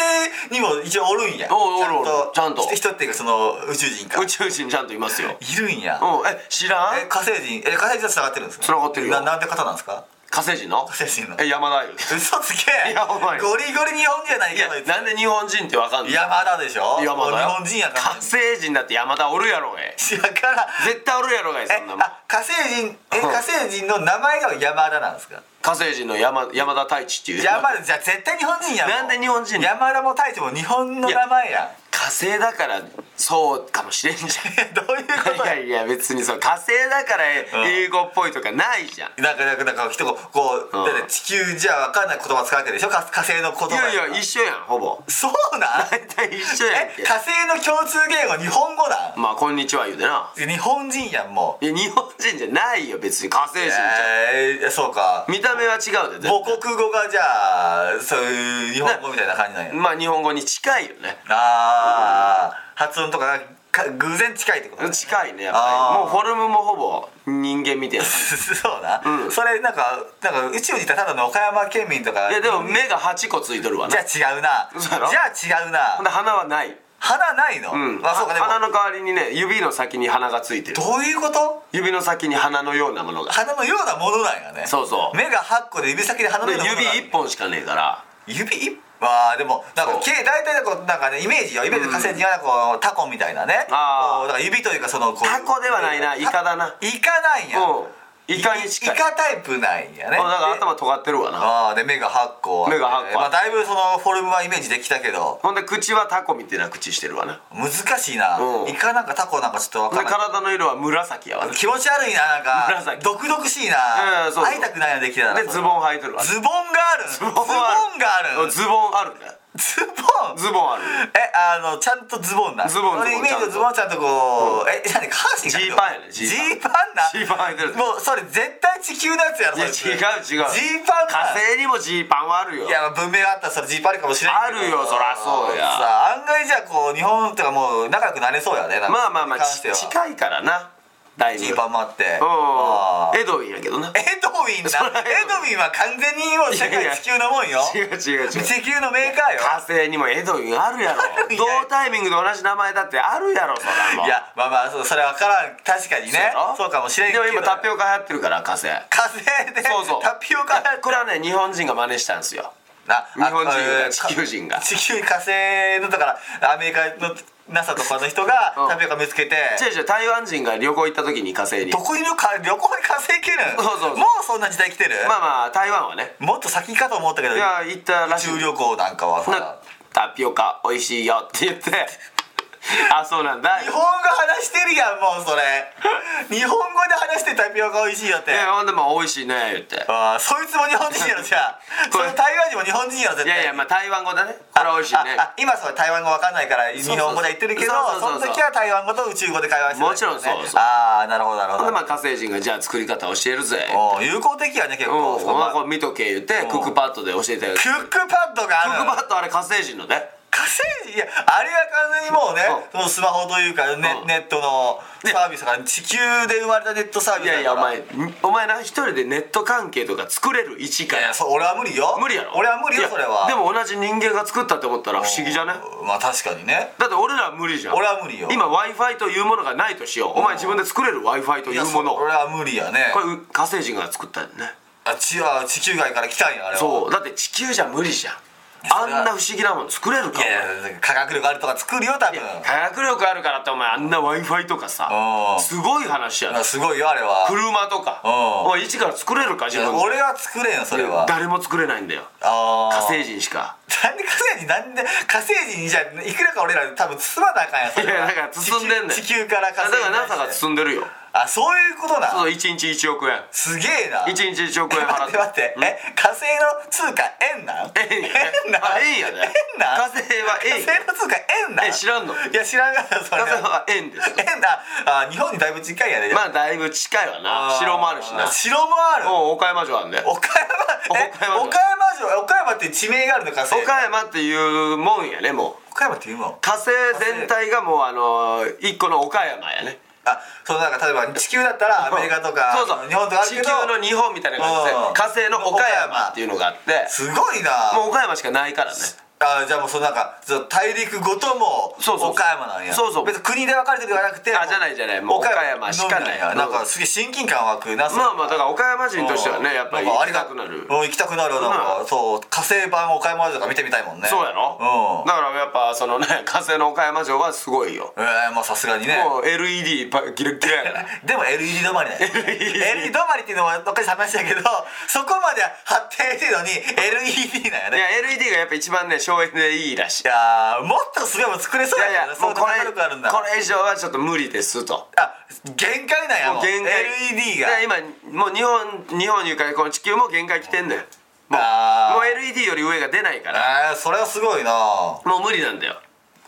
S2: にも一応おるんや
S1: おうおるおるちゃんと
S2: 人人っていうかその宇宙人か
S1: 宇宙人ちゃんといますよ
S2: いるんや
S1: うんえ知ら
S2: え
S1: ん
S2: 火星人え火星人と繋がってるんですか
S1: 繋がってるよ
S2: ななんて方なんですか
S1: 火星人の
S2: 火星人の
S1: え山田よ
S2: 嘘つけ
S1: いやお前
S2: ゴリゴリ日本人じゃない
S1: い
S2: か
S1: や
S2: こいつ
S1: なんで日本人ってわかんない
S2: 山田でしょ
S1: 山田よ
S2: 日本人やから
S1: 火星人だって山田おるやろえ
S2: 知らんから
S1: 絶対おるやろがい
S2: え
S1: そんなもん
S2: あ火星人え
S1: う
S2: 火
S1: ん
S2: 星人の名前が山田なんですか
S1: 火星人の山山田太一っていう
S2: 山田じゃあ絶対日本人やも
S1: なんで日本人
S2: 山田も太一も日本の名前やん
S1: 火星だからそうかもしれんじゃん
S2: どういうこ
S1: い
S2: とや
S1: やいや 別にそう火星だから
S2: うん
S1: 英語っぽいとかないじゃん、
S2: なんかなんかなんか人がこう、
S1: うん
S2: だって地球じゃ分かんない言葉使うわけでしょ火火星の言葉
S1: いやいや一
S2: 緒
S1: 緒やんほぼ
S2: そうなん
S1: 大体一緒やんけ
S2: え火星の共通言語日本語なん
S1: まあこんにちは言うてな
S2: 日本人やんもう
S1: いや日本人じゃないよ別に火星人じゃん、
S2: えー、そうか
S1: 見た目は違うで
S2: 母
S1: 絶
S2: 国語がじゃあそういう日本語みたいな感じなんや
S1: 対まあ日本語に近いよね
S2: あー発音とかか偶然近いってことね
S1: 近いねやっぱりもう
S2: あー
S1: フォルムもほぼ人間みたいな
S2: そうな、
S1: うん
S2: それなんかなんか宇宙にいたらただの岡山県民とか
S1: いやでも目が8個ついとるわな
S2: じゃあ違うな
S1: そうやろ
S2: じゃあ違う
S1: ほん
S2: な
S1: で鼻はない、
S2: 鼻ないの、
S1: うん
S2: あそうかでも
S1: 鼻の代わりにね指の先に鼻がついてる
S2: どういうこと
S1: 指の先に鼻のようなもの が
S2: 鼻のようなものなんやね
S1: そうそう
S2: 目が8個で指先で鼻の
S1: で
S2: ようなもの
S1: 指
S2: なんや
S1: 1本しかねえから
S2: 指一まあでもなん
S1: そ
S2: か
S1: う
S2: け大体こうなんかねイメージよイメージ火星人はこうタコみたいなね
S1: あー
S2: こうだから指というかそのこう
S1: タコではないなイカだな
S2: イカなんや
S1: うんイカに近い
S2: イカタイプなんやね
S1: あなんか
S2: で
S1: 頭尖ってるわな
S2: あーで目が8個あって
S1: 目が8個
S2: まあ、だいぶそのフォルムはイメージできたけど
S1: ほんで口はタコみたいな口してるわな
S2: 難しいな、
S1: うん
S2: イカなんかタコなんかちょっとわ
S1: ほ
S2: か
S1: ん
S2: ん
S1: で
S2: ない
S1: 体の色は紫やわな
S2: 気持ち悪いななんか
S1: 紫
S2: 毒々しい
S1: うん
S2: な
S1: そうそう
S2: 会いたくないのできたら
S1: でズボン履いてるわ
S2: ズボンがあるズボンがある
S1: ズボンあるね
S2: ズボン
S1: ズボンある
S2: えあのちゃんとズボンな
S1: ズボン
S2: 俺
S1: ズボン
S2: イメージの
S1: ちゃんと
S2: ズボンちゃんとこう、えなんで下半身か
S1: ジーパンやね
S2: ジ
S1: ジ
S2: ー
S1: ー
S2: パンな
S1: ジーパン履いてる
S2: もうそれ絶対地球のやつやろ
S1: いや
S2: そ
S1: 違う
S2: れ
S1: 違う
S2: ジーパン
S1: 火
S2: な
S1: 星にもジーパンはあるよ
S2: いやまあ文明があったらそれジーパンあるかもしれないけど
S1: あるよそらそうや
S2: さあ案外じゃあこう日本とかもう仲良くなれそうやねなん
S1: まあ
S2: か
S1: まあまあ
S2: に関して
S1: ち
S2: は
S1: 近いからなだいぶ
S2: ジーパンもあって
S1: う
S2: あー
S1: んエドウィンやけどな
S2: エドウィン
S1: そ
S2: な
S1: ら
S2: エドウィンは完全にもう世
S1: いやい
S2: 界
S1: や
S2: 地球のもんよ
S1: 違う違う違う
S2: 地球のメーカーよ
S1: 火星にもエドウィンあるやろ
S2: るんや
S1: 同タイミングで同じ名前だってあるやろそらもう
S2: いやまあまあそうそれは分からん確かに
S1: や
S2: ね
S1: ろ
S2: そうかもしれんけど
S1: でも今タピオカ流行ってるから火星
S2: 火星で
S1: そうそう
S2: タピオカ
S1: いやこれはね日本人が真似したんですよ
S2: な
S1: 日本人が
S2: あえー
S1: 地球人が
S2: 地球火星のだからアメリカの NASA とかの人が
S1: うん
S2: タピオカ見つけて、
S1: 違う違う台湾人が旅行行った時に火星に
S2: どこにいるか旅行に火星来る
S1: そうそうそう
S2: もうそんな時代来てる、
S1: まあまあ台湾はね
S2: もっと先かと思ったけど
S1: いや行ったらしい
S2: 宇宙旅行なんかは
S1: な
S2: さ
S1: タピオカ美味しいよって言って あそうなんだ
S2: 日本語話してるやんもうそれ 日本語で話してタピオカ美味しいよって
S1: えほんでも美味しいね言って
S2: あーそいつも日本人やろじゃあ そ
S1: これ
S2: の台湾人も日本人やろ絶対
S1: いやいやまあ台湾語だねこれ美味しいね
S2: ああ 今それ台湾語わかんないから日
S1: そうそう
S2: 本語で言ってるけど
S1: そう
S2: そ
S1: そ
S2: の
S1: うそう
S2: 時は台湾語と宇宙語で会話して
S1: もちろんそうそう
S2: ああなるほどなる
S1: ほん
S2: ほ
S1: で
S2: ど、
S1: まあ火星人がじゃあ作り方教えるぜ
S2: おー有効的やね結
S1: うん
S2: 構
S1: お
S2: そこ
S1: 前こ
S2: は
S1: れ見とけ言ってクックパッドで教えてあげる
S2: クックパッ
S1: ク
S2: ドが
S1: ック
S2: ある
S1: パッドあれ火星人のね
S2: 火星人いやあれは完全にもうね
S1: うん
S2: そのスマホというかネ,、
S1: うん
S2: ネットのサービスが地球で生まれたネットサービ
S1: い
S2: スだか
S1: や
S2: ら
S1: いやお前お前な一人でネット関係とか作れる一
S2: い
S1: か
S2: やい
S1: ら
S2: やそ俺は無理よ
S1: 無理やろ
S2: 俺は無理
S1: い
S2: よ
S1: や
S2: それは
S1: でも同じ人間が作ったって思ったら不思議じゃね
S2: うんまあ確かにね
S1: だって俺らは無理じゃん
S2: 俺は無理よ
S1: 今 w i f i というものがないとしようお前自分で作れる w i f i と
S2: い
S1: い
S2: や
S1: うもの
S2: そ俺は無理やね
S1: これう火星人が作ったんだよね
S2: あ地あ地球外から来たんやあれは
S1: そうだって地球じゃ無理じゃん
S2: そ
S1: あ
S2: れは
S1: んな不思議なもの作れるか
S2: いやいや科学力あるとか作るよ多分
S1: お前科学力あるからってお前あんな w i f i とかさ
S2: うん
S1: すごい話や
S2: ま
S1: な
S2: あすごいよあれは
S1: 車とか
S2: うん
S1: お前一から作れるか自分で
S2: 俺は作れんよそれは
S1: 誰も作れないんだよ
S2: あ
S1: 火
S2: ー
S1: 星人しか
S2: なんで火星人なんで火星人じゃいくらか俺ら多分包まなあかんやそ
S1: い
S2: れは
S1: やだから包んでんねん
S2: 地球地球から火
S1: だか
S2: 星
S1: ら NASA が
S2: む
S1: 包んでるよ
S2: あそういうこと
S1: そ
S2: だ
S1: う1日1億円
S2: すげえな
S1: 1日1億
S2: え
S1: 円払っ
S2: 待ってて待ってえ火星の通貨円なん
S1: 円やね
S2: 円なん
S1: あ円やね
S2: 円なん
S1: 火星は円
S2: 火星の通貨円なん
S1: え知らんの
S2: いや知らんがなそれ
S1: 火星は円です
S2: 円だあ日本にだいぶ近いやね
S1: まあだいぶ近いわな城もあるしな
S2: 城もある
S1: もう岡山城あんね
S2: 岡山え
S1: 岡山城
S2: 岡山城え岡山って地名があるのか
S1: 岡山っていうもんやねもう
S2: 岡山っていうの
S1: 火星全体がもうあの一個の岡山やね
S2: あそうなんか例えば地球だったらアメリカとか
S1: そうそう
S2: 日本とかあるけど
S1: 地球の日本みたいな感じで
S2: うん
S1: 火星の岡山っていうのがあって
S2: すごいな
S1: もう岡山しかないからね
S2: あじゃあもうそのなんかその大陸ごとも
S1: そうそう
S2: 岡山なんや
S1: そうそう
S2: 別に国で分かれてるではなくて
S1: あじゃないじゃないもう岡山しかない
S2: のみんやなんかすげえ親近感湧くな
S1: まあまあだから岡山人としてはねやっぱり行きたくなる
S2: うん行きたくなるなんかそう火星版岡山城とか見てみたいもんね
S1: そうやろ
S2: うん
S1: だからやっぱそのね 火星の岡山城はすごいよ
S2: えー、まあさすがにね
S1: もう LED ばギルッギルや から
S2: でも LED 止 まりだよ
S1: LED
S2: LED 止まりっていうのはどっかで話したけどそこまで発展してるのに LED なんやね
S1: いや LED がやっぱ一番ね省エネでいいらしい
S2: いやーもっとすごいもん作れそう
S1: い
S2: や
S1: や
S2: け
S1: い
S2: ど
S1: や
S2: ね
S1: もうこ
S2: そんな
S1: れ
S2: 力あるんだ
S1: これ以上はちょっと無理ですと
S2: あ限界なんやもう
S1: 限界
S2: LED
S1: だ
S2: が
S1: から今もう日本日本にいうかこの地球も限界来てんのよも
S2: あー
S1: うもう LED より上が出ないから
S2: えー、それはすごいな
S1: もう無理なんだよ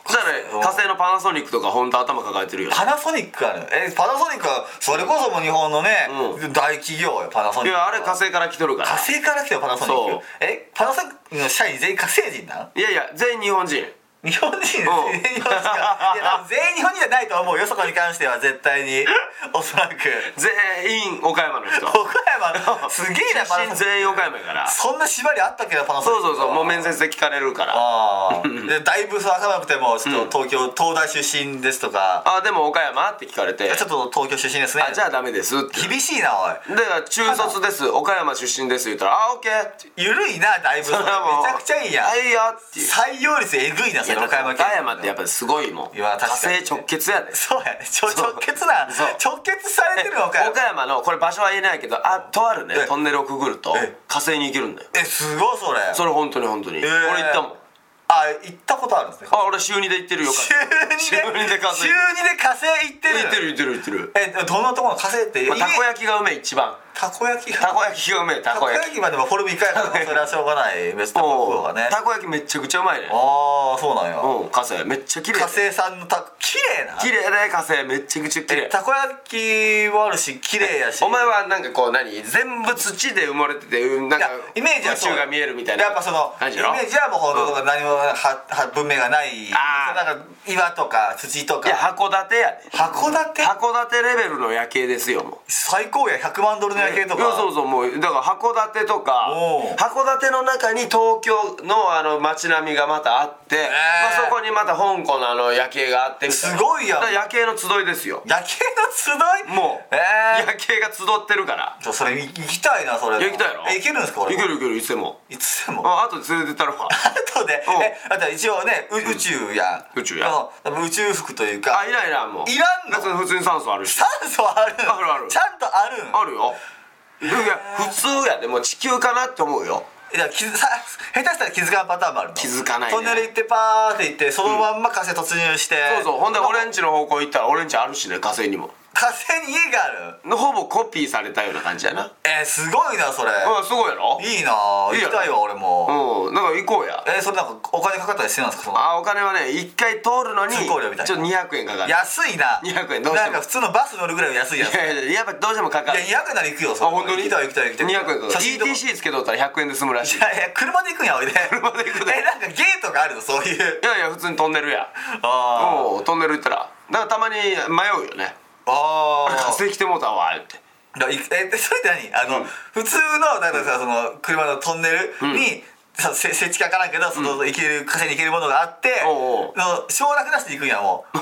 S1: だから火星のパナソニックとか本当頭抱えてるよ
S2: パナソニックあるえーパナソニックはそれこそもう日本のね、
S1: う
S2: 大企業よパナソ
S1: い
S2: ニック
S1: や
S2: は
S1: あれ火星から来とるから
S2: 火星から来てよパナソニッ
S1: そう
S2: クえパナソニックの社員全員火星人なの
S1: いやいや全員日本人
S2: 日本人です全員
S1: うん
S2: 日本人かいや多分全員日本人じゃないと思うよそこに関しては絶対 におそらく
S1: 全員岡山の人
S2: 岡 山のすげえなパ
S1: 出
S2: ナ
S1: 身
S2: ソニック
S1: 全員岡山や からそ
S2: そんな縛りあったっけどパナソニッ
S1: う
S2: ク
S1: そうそうもう面接で聞かれるから
S2: ああ でだいぶさかなくてもちょっと東京、東大出身ですとか
S1: あでも岡山って聞かれて
S2: いやちょっと東京出身ですね
S1: あじゃあダメですって
S2: 厳しいなおい
S1: で中卒です岡山出身です言ったら「あオッケー」って
S2: ゆるいなだいぶめちゃくちゃいいやん
S1: あいいや」っていう
S2: 採用率えぐいなそれ岡山県
S1: 岡山ってやっぱりすごいもん
S2: いや
S1: 火
S2: 確かに
S1: 星直結やで
S2: そうやねちょ
S1: そう
S2: 直結な
S1: そう
S2: 直結されてるの岡山
S1: 岡山のこれ場所は言えないけどあとあるね
S2: え
S1: トンネルをくぐると
S2: え
S1: 火星に行けるんだよ
S2: えすごいそれ
S1: それ本当に本当に
S2: え
S1: 俺
S2: ー
S1: 行ったもん
S2: あ行ったことあるんですね
S1: あ俺週2で行ってるよ
S2: 週2
S1: 週二
S2: で
S1: で火星
S2: 週2で火星行ってる
S1: 行ってる行ってる行ってる
S2: えどんなところの火星って
S1: まあたこ焼きがうめえ一番
S2: たこ焼きが
S1: たこ焼きがうめえた
S2: た
S1: こ
S2: こ
S1: 焼
S2: 焼
S1: き
S2: きまでもフォルム一回やからそれはしょうがない別の
S1: お
S2: 方
S1: う
S2: がね
S1: たこ焼きめっちゃくちゃうまいね
S2: ああそうなんや
S1: うん火星めっちゃ綺麗
S2: 火星さんのた綺麗な
S1: 綺麗だよ火星めっちゃくちゃ綺麗
S2: たこ焼きもあるし綺麗やし
S1: お前はなんかこう何全部土で埋もれててうんなん
S2: い
S1: か
S2: やイメージは
S1: 宇
S2: そう
S1: 宙が見えるみたいな
S2: やっぱその
S1: 感
S2: イ
S1: じ
S2: メ
S1: やろ
S2: ージはもう本当とか何もはは文明がない
S1: あー
S2: なんか岩とか土と
S1: いや
S2: か
S1: 函館やで
S2: 函館
S1: 函館レベルの夜景ですよもう
S2: 最高や100万ドルの夜景と
S1: いや
S2: か
S1: そうそうもうだから函館とか
S2: おう
S1: 函館の中に東京のあの街並みがまたあって、まあ、そこにまた香港のあの夜景があってみたいな
S2: すごいやん
S1: だから夜景の集いですよ
S2: 夜景の集い
S1: もう、
S2: ええ
S1: 夜景が集ってるから
S2: ちょそれ行きたいなそれ
S1: いや行きたいの
S2: え行けるんですか
S1: 行
S2: 俺
S1: ける行けるいつでも
S2: いつでも
S1: ああと連れてったろか
S2: 後で
S1: うん
S2: えあと一応ねう宇宙や
S1: 宇宙や
S2: うん宇宙服という
S1: あ
S2: か
S1: いらんいらんもう
S2: いらんの
S1: 別に普通に酸素あるし
S2: 酸素ある
S1: あるある
S2: ちゃんとあるん
S1: あるよいや普通やでもう地球かなって思うよ
S2: いや気づさ下手したら気づかんパターンもあるの
S1: 気づかないね
S2: トンネル行ってパーって行ってそのまんま火星突入して、
S1: そうそうほんで俺んちの方向行ったら俺んちあるしね火星にも
S2: 火星に家がある
S1: ほぼコピーされたような感じやな
S2: えー、すごいなそれ、
S1: うんすごいやろ
S2: いいな行
S1: いいや
S2: き
S1: ろ
S2: たいわ俺も、
S1: うんだから行こうや
S2: えー、それなんかお金かかったりしてなんですかその
S1: あお金はね一回通るのに
S2: 通行料みたいな
S1: ちょっと200円かかる
S2: 安いな
S1: 200円どうして
S2: な
S1: も
S2: んか普通のバス乗るぐらいの安いやつ
S1: いやいやいややっぱどうしてもかか
S2: い
S1: る
S2: や200円なら行くよそ
S1: あ
S2: れ
S1: 本当に
S2: 行きたい行きたい行きたい
S1: 200円かかる
S2: 写真とか
S1: ETC つけとったら100円で済むらしい
S2: いやいや車で行くんやおいで車
S1: で行くね
S2: えなんかゲートがあるのそういう
S1: いやいや普通にトンネルや
S2: あ
S1: おうトンネル行ったらだからたまに迷うよね
S2: ああ
S1: 火
S2: あ
S1: 星来てもうたわ って
S2: だいえでそれって何あの、普通のなんかさその車のトンネルに、させ設置か分からんけどその、行ける火星に行けるものがあって
S1: おうおう
S2: の省略なしで行くんやもう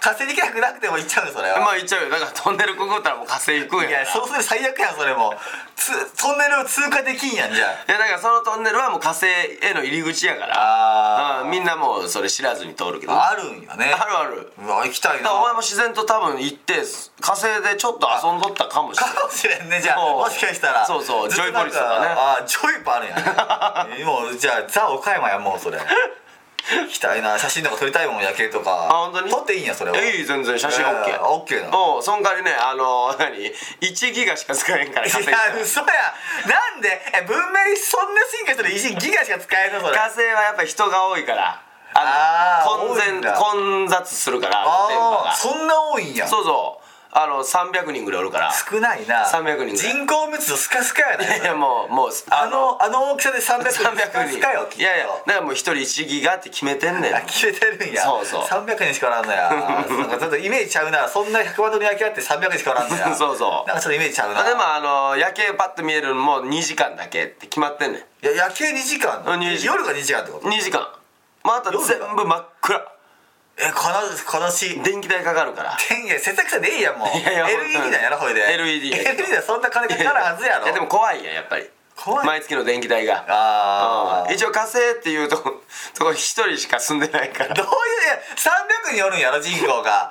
S2: 火星に行けなくなくても行っちゃうよそれは、
S1: まあ行っちゃうよだからトンネルくぐったらもう火星行くんや
S2: い
S1: から
S2: やそうすると最悪やんそれもつトンネルを通過できんやんじゃ
S1: いやだからそのトンネルはもう火星への入り口やから
S2: ああ
S1: うんみんなもうそれ知らずに通るけどあ
S2: あるんやね
S1: るある
S2: うわ行きたい
S1: だか
S2: な
S1: らお前も自然と多分行って火星でちょっと遊んどったかもしれない
S2: かもしれんねじゃあ
S1: そう
S2: もしかしたら
S1: そうそう
S2: ずっなん
S1: ジョイポリスとかね
S2: ああジョイパあるんやねもうじゃあザ岡山やもうそれ行きたいな写真とか撮りたいもん夜景とか
S1: あ本当に
S2: 撮っていいんやそれ は
S1: えい全然写真
S2: いやいや
S1: OK
S2: オッケーな
S1: おうそん代わりねあの何1ギガしか使えんから
S2: い
S1: 火星
S2: や嘘やなんでえ文明にそんな進化したら1ギガしか使えんのそれ
S1: 火星はやっぱ人が多いから
S2: あー
S1: の
S2: 多いんだ
S1: 混然混雑するから電波
S2: あ
S1: が
S2: あそんな多いんや
S1: そうそうあの300人ぐらいおるから
S2: 少ないな
S1: 300人ぐらい
S2: 人口密度スカスカや
S1: いやい
S2: ね
S1: やもうもう
S2: あのあの大きさで300人スカ
S1: 300人
S2: スカよきっと
S1: いやいやだからもう一人一ギガって決めてんねん
S2: あ決めてるんや
S1: そうそう
S2: 300人しかおらん のやなんかちょっとイメージちゃうなそんな100万ドル焼きあって300人しかおらんのや
S1: そうそう
S2: なんかちょっとイメージちゃうな
S1: あでもあの夜景パッと見えるのも2時間だけって決まってんねん
S2: いや夜景2時間
S1: うん2時間
S2: 夜が2時間ってこと
S1: 2時間また全部真っ暗
S2: え悲悲しい
S1: 電気代かかるから
S2: 天元節約者でいいやんもう
S1: い やいや
S2: LED なんやろほいで
S1: LED やけど
S2: LED はそんな金かかるはずやろ
S1: いやでも怖いやんやっぱり
S2: 怖い
S1: 毎月の電気代が
S2: あー
S1: うん一応火星っていうとことこ1人しか住んでないから
S2: どういう300人おるんやろ人口が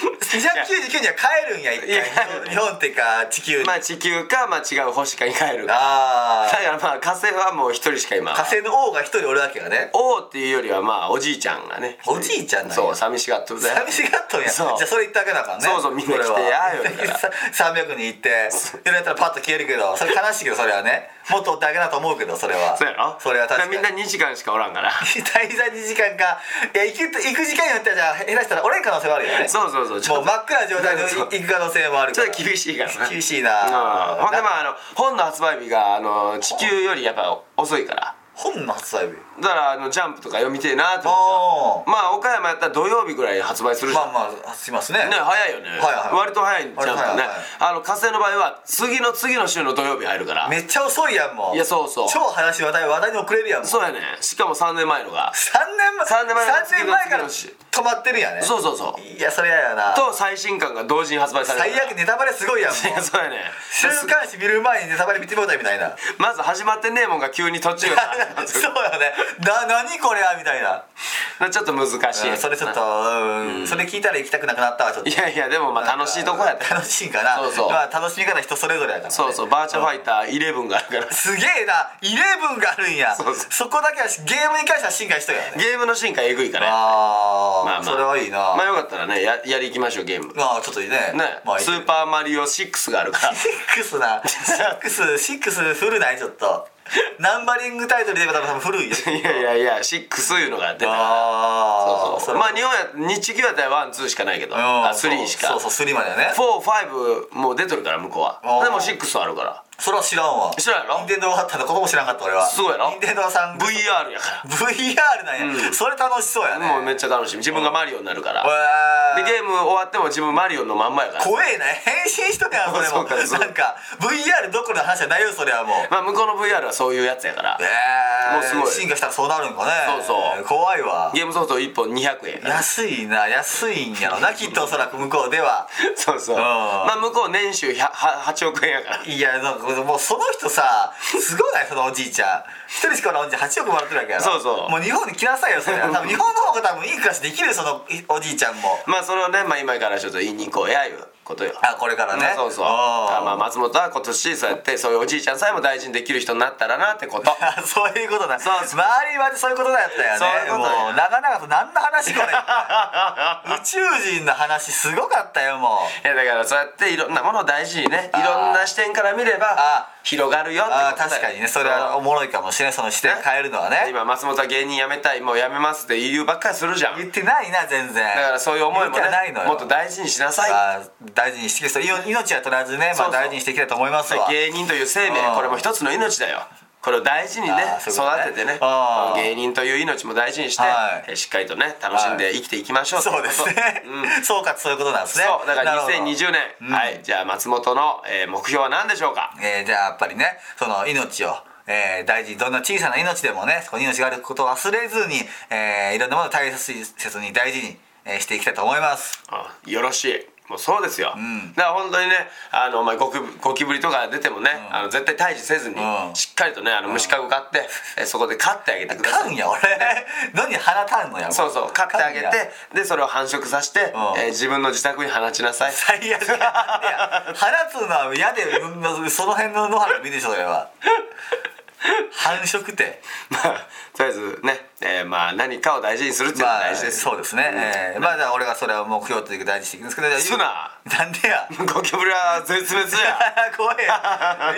S2: 299人は帰るんや一
S1: いや
S2: 回日本っていうか地球に、
S1: まあ地球か、まあ、違う星かに帰るか
S2: あ
S1: だ
S2: ー
S1: からまあ火星はもう1人しか今
S2: 火星の王が一人おるわけがね
S1: 王っていうよりはまあおじいちゃんがね
S2: おじいちゃんなんや
S1: そう寂しがっとるだよ
S2: 寂しがっとんやじ
S1: そ
S2: ゃ
S1: う
S2: あそれ言ってあげなあかんね
S1: そうそうみんな来て
S2: これは
S1: やーよだか
S2: 300人行って夜やったらパッと消えるけどそれ悲しいけどそれはねもっとおってあげなと思うけどそれは
S1: そうやろ
S2: それは確かに
S1: だらみんな2時間しかおらんから
S2: 滞在2時間かいや行く行く時間によってはじゃあ下手したら折れる可能性もあるよね
S1: そうそうそうち
S2: も
S1: ょ
S2: う
S1: っ
S2: 真
S1: と
S2: っ暗な状態で行く可能性もある
S1: ち
S2: か
S1: ょ
S2: ら
S1: っと厳しいからな
S2: 厳しい
S1: うん
S2: な
S1: ほんで
S2: な
S1: まああの本の発売日があの地球よりやっぱ遅いから
S2: 本の発売日
S1: だからあのジャンプとか読みてえなと思
S2: あ
S1: ってさまあ岡山やったら土曜日ぐらいに発売するじゃん、
S2: まあまあしますね
S1: ね早いよね、
S2: いはい
S1: 割と早いんジャンプね、
S2: 割と早いはい
S1: あの火星の場合は次の次の週の土曜日入るから
S2: めっちゃ遅いやんもう
S1: いやそうそう
S2: 超話話題話題に遅れるやんも
S1: そうやねしかも3年前のが
S2: 3年前
S1: 三年前の
S2: 三年前から
S1: 次の次
S2: 止まってるやね
S1: そうそうそう
S2: いやそれやよな
S1: と最新刊が同時に発売され
S2: 最
S1: る
S2: 悪ネタバレすごいやんも
S1: いや
S2: う
S1: そうやね
S2: 週刊誌見る前にネタバレ見てもうたみたい な
S1: まず始まってねえもんが急に途中から
S2: そうよねな何これはみたいな
S1: ちょっと難しい、
S2: うんそれちょっとうんそれ聞いたら行きたくなくなったわちょっと
S1: いやいやでもまあ楽しいとこ やった
S2: 楽しいんかな
S1: そうそう
S2: まあ楽しみ方人それぞれやからね
S1: そうそうバーチャファイター11があるから
S2: すげえなイレブンがあるんや
S1: そうそう
S2: そこだけはしゲームに関しては進化しとるよね
S1: ゲームの進化えぐいから
S2: あー、
S1: まあまあ
S2: それはいいな、ま
S1: まあ
S2: あ、
S1: よかったらねややりいきましょうゲームね
S2: ちょっといいねまあ、
S1: スー
S2: ー
S1: パーマリオ6があるから
S2: 6な6古ないちょっとナンバリングタイトルで言えば多分古いよ
S1: いやいやいや6いうのが出たそ
S2: ああ
S1: うそうまあ日本や日企業やったら1、2しかないけどあ3しか
S2: そうそう3まではね
S1: 4、5もう出とるから向こう
S2: あ
S1: は
S2: ー
S1: でも6あるから
S2: それは知らんわ
S1: 知らんやろ
S2: 任天堂があったのことも知らんかった俺は
S1: すごいやろ
S2: 任天堂さん
S1: VR やか
S2: VR なんや、
S1: うん
S2: それ楽しそう
S1: ら
S2: やね
S1: もうめっちゃ楽しみ自分がマリオになるから
S2: わ
S1: で
S2: ー
S1: ゲーム終わっても自分マリオのまんまやから
S2: 怖えな変身しとけやんそれ
S1: そ
S2: も
S1: うかそう
S2: なんか VR どころの話じゃないよそれはもう
S1: まあ向こうの VR はそういうやつやから
S2: えー、
S1: もうすごい
S2: 進化したらそうなるんかね
S1: そうそう
S2: 怖いわ
S1: ゲームソフト1本200円やから
S2: 安いな安いんや ろなきっとおそらく向こうでは
S1: そうそう
S2: うん
S1: まあ向こう年収100は8億円やから
S2: いやなんかもうその人さすごないそのおじいちゃん一人しかおらんおじいちゃん8億もらってるわけやろ
S1: そうそう
S2: もう日本に来なさいよそ れは多分日本の方が多分いい暮らしできるよそのおじいちゃんも
S1: まあそれをね、まあ、今からちょっと言いに行こうやいうことよ
S2: あこれからね
S1: まあそうそう
S2: あー
S1: まあ松本は今年そうやってそういうおじいちゃんさえも大事にできる人になったらなって こと
S2: あ そういうことだ
S1: そうそう
S2: 周りはそういうことだったよね
S1: そういうことや
S2: もう長々と何の話 これ宇宙人の話すごかったよもう
S1: いやだからそうやっていろんなものを大事にねい
S2: あー
S1: ろんな視点から見れば
S2: あ
S1: 広がるよって
S2: あー
S1: ことだよ
S2: 確かにねそれはおもろいかもしれないその視点変えるのは
S1: そう
S2: ね
S1: 今松本は芸人辞めたいもう辞めますって言うばっかりするじゃん
S2: 言ってないな全然だ
S1: だからそういう思いもね
S2: ないのよ
S1: もっと大事にしなさい
S2: あー大事にしていきたい命命はとりあえずね、
S1: そう
S2: ま
S1: そ
S2: あ、
S1: う
S2: 大事にしていきたいと思いますわ
S1: 芸人という生
S2: うん
S1: 命これも一つの命だよこれを大事にね
S2: あーそういうこと
S1: 育
S2: ね
S1: ててね
S2: あー
S1: 芸人という命も大事にして、
S2: はい
S1: えーしっかりとね楽しんで生きていきましょう
S2: そうですね
S1: という ことうん、
S2: 総括そういうことなんですね
S1: そうだから
S2: なるほど
S1: 2020年、
S2: うん
S1: はいじゃあ松本の、えー目標は何でしょうか
S2: えーじゃあやっぱりねその命を、えー大事にどんな小さな命でもねそこに命があることを忘れずに、えーいろんなものを大切に大事に、えーしていきたいと思います
S1: あよろしいもうそうですよ、だから本当にねあの、まあ、ゴキブゴキブリとか出てもね、あの絶対退治せずに、
S2: うん
S1: しっかりとねあの虫かご買って、えーそこで飼ってあげてください
S2: 噛ん や俺何鼻たんのや
S1: そうそう買ってあげて
S2: 噛んや
S1: でそれを繁殖させて、
S2: うん
S1: えー自分の自宅に放ちなさ い
S2: 最悪やいや放つのは嫌でうんその辺の野原見るでしょそれは繁殖って
S1: まあとりあえずね、えーまあ何かを大事にするっていうの
S2: ま
S1: が
S2: あ
S1: 大事です、
S2: そうですね、えーまあじゃあ俺がそれを目標というか大事にしていくんですけどじゃあ
S1: すな
S2: なんでや
S1: ゴキブリは絶滅や
S2: 怖いや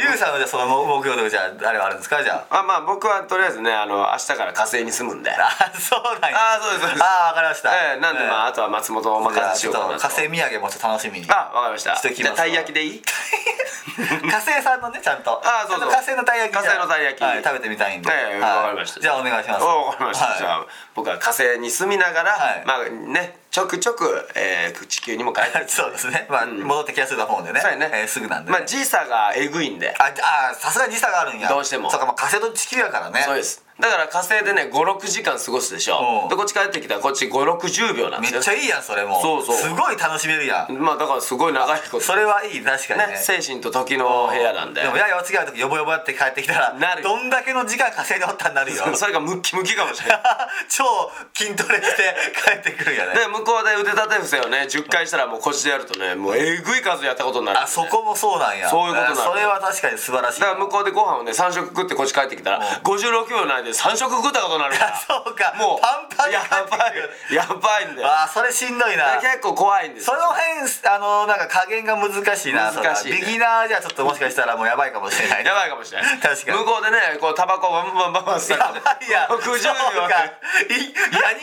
S2: ゆうさんはじゃあその目標とかじゃああれはあるんですかじゃあ
S1: あまあ僕はとりあえずねあの明日から火星に住むんで
S2: あそうなんや
S1: あそうですそうです
S2: ああ分かりました
S1: ええなんでまああとは松本をお
S2: じゃ
S1: 任
S2: あ
S1: せし
S2: ち
S1: よ
S2: ょ
S1: う
S2: っ
S1: かなと
S2: と火星土産もちょっと楽しみに
S1: あわかりました
S2: しとき
S1: じ
S2: ます
S1: ゃあたい焼きでいい
S2: 火星さんのねちゃんと
S1: あそうそう
S2: ちゃんと火星のたい焼きじゃあ
S1: 火星のたい焼き
S2: はい、食べてみたいんで、
S1: ええ
S2: は
S1: わか
S2: い
S1: りました
S2: じゃあお願いします
S1: おわかりました、
S2: はい
S1: じゃあ僕は火星に住みながら、
S2: はい
S1: まあねちょくちょく、えー地球にも帰って
S2: そうですね、まあ戻ってきやすいだ方でね
S1: そう やね
S2: えーすぐなんで、ね
S1: まあ時差がえぐいんで
S2: ああさすがに時差があるんや
S1: どうしても
S2: そうかまあ火星と地球やからね
S1: そうですだから火星でね56時間過ごすでし
S2: う
S1: ょ
S2: ん
S1: でこっち帰ってきたらこっち560秒なんで
S2: め
S1: す
S2: っ
S1: よ
S2: ちゃいいやんそれも
S1: そうそう
S2: すごい楽しめるやん
S1: まあだからすごい長いこと
S2: それはいい確かにね
S1: ね精神と時の部屋なんで
S2: でもややお違う時ヨボヨボやって帰ってきたら
S1: なる
S2: どんだけの時間稼いでおったんなるよ
S1: それがムッキムキかもしれない
S2: 超筋トレして帰ってくるん やね
S1: で向こうで腕立て伏せをね10回したらもう腰でやるとねもうえぐい数やったことになるんで
S2: あそこもそうなんや
S1: そういうことなんだ
S2: あそれは確かに素晴らしい
S1: だから向こうでご飯をね3食食ってこっち帰ってきたら56秒内で3食食ったことになるから
S2: あ そうか
S1: もう
S2: パンパンに
S1: や
S2: 帰って
S1: ば
S2: くる
S1: いやばいんだよ
S2: あーそれしんどいな
S1: だから結構怖いんです
S2: そ
S1: よ
S2: の辺あのなんか加減が難しいな
S1: 難しいね
S2: それはビギナーじゃちょっともしかしたらもうやばいかもしれない
S1: やばいかもしれない
S2: 確かに
S1: 向こうでねこうタバコバンバンバンバン吸っ
S2: や
S1: た
S2: ば
S1: ら
S2: いや
S1: 60秒
S2: そうかいや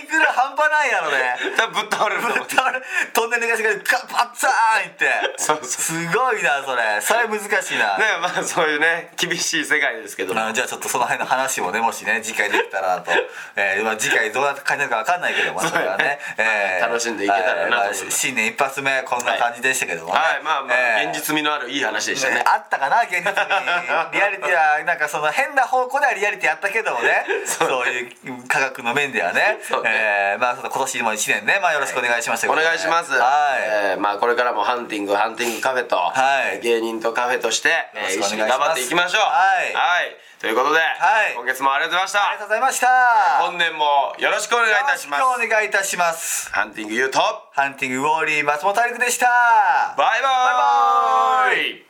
S2: 肉が半端ないやろね
S1: 多分ぶっ倒れると思う
S2: たまらトンネルがしかガバッツァーンいって
S1: そうそう
S2: すごいなそれそれ難しいな、
S1: ねまあそういうね厳しい世界ですけど
S2: あのじゃあちょっとその辺の話もねもしね次回できたらなと、えーまあ、次回どうな感じになるか分かんないけども
S1: そうやね
S2: それはねえー
S1: 楽しんでいけたらなと思います
S2: はいまあ新年一発目こんな感じでしたけどもね、
S1: はいまあまあ
S2: えー
S1: 現実味のあるいい話でした
S2: ね
S1: ね
S2: あったかな現実に リアリティはなんかその変な方向ではリアリティあったけども ねそういう科学の面ではね
S1: そうね
S2: えーまあその今年も一年ね、まあ、よろしくお願いしますと
S1: お
S2: うことで
S1: 願いします、
S2: はい、
S1: えーまあ、これからもハンティングハンティングカフェと、
S2: はい
S1: えー芸人とカフェとして、えー
S2: よ
S1: 一
S2: ろし
S1: 緒
S2: く
S1: に
S2: お願
S1: 頑
S2: いします
S1: 張っていきましょう
S2: はい
S1: はいということで、
S2: はい
S1: 今月もありがとうござい
S2: あ
S1: まし
S2: りがとうございました
S1: た本年もよろしくお願いいたします
S2: よろしくお願いいたします
S1: ハンティングユート
S2: ハンティングウォーリー松本陸でした
S1: バイバ
S2: バイバ
S1: イ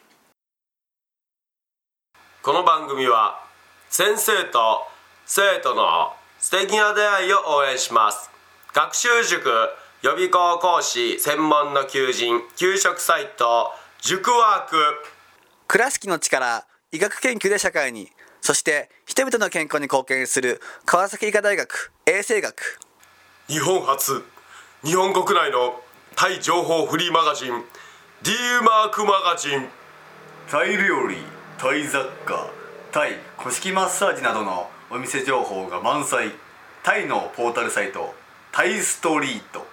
S1: この番組は先生と生徒の素敵な出会いを応援します学習塾予備校講師専門の求人給食サイト塾ワーク
S3: 倉敷の力医学研究で社会にそして人々の健康に貢献する川崎医科大学衛生学
S1: 日本初日本国内のタイ情報フリーマガジン D マークマガジン
S2: タイ料理タイ雑貨タイ古式マッサージなどのお店情報が満載タイのポータルサイトタイストリート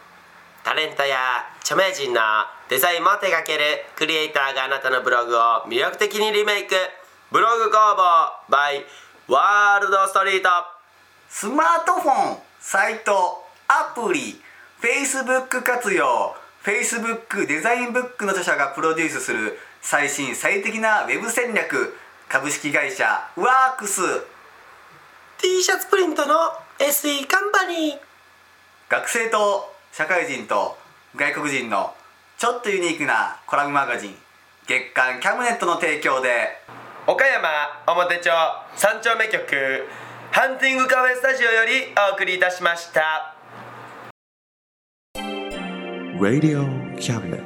S1: タレントや著名人のデザインも手掛けるクリエイターがあなたのブログを魅力的にリメイクブログ工房 by ワールドストリート
S2: スマートフォンサイトアプリ Facebook 活用 Facebook デザインブックの著者がプロデュースする最新最適なウェブ戦略株式会社ワークス
S1: T シャツプリントの SE カンパニー
S2: 学生と社会人と外国人のちょっとユニークなコラムマガジン月刊キャムネットの提供で
S1: 岡山表町三丁目局ハンティングカフェスタジオよりお送りいたしました。
S4: Radio Cabinet.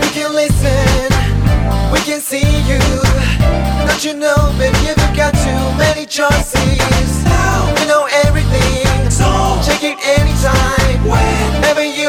S5: We can listen, we can see you. Don't you know, baby, you've got too many choices. Now we know everything, so check it anytime, whenever you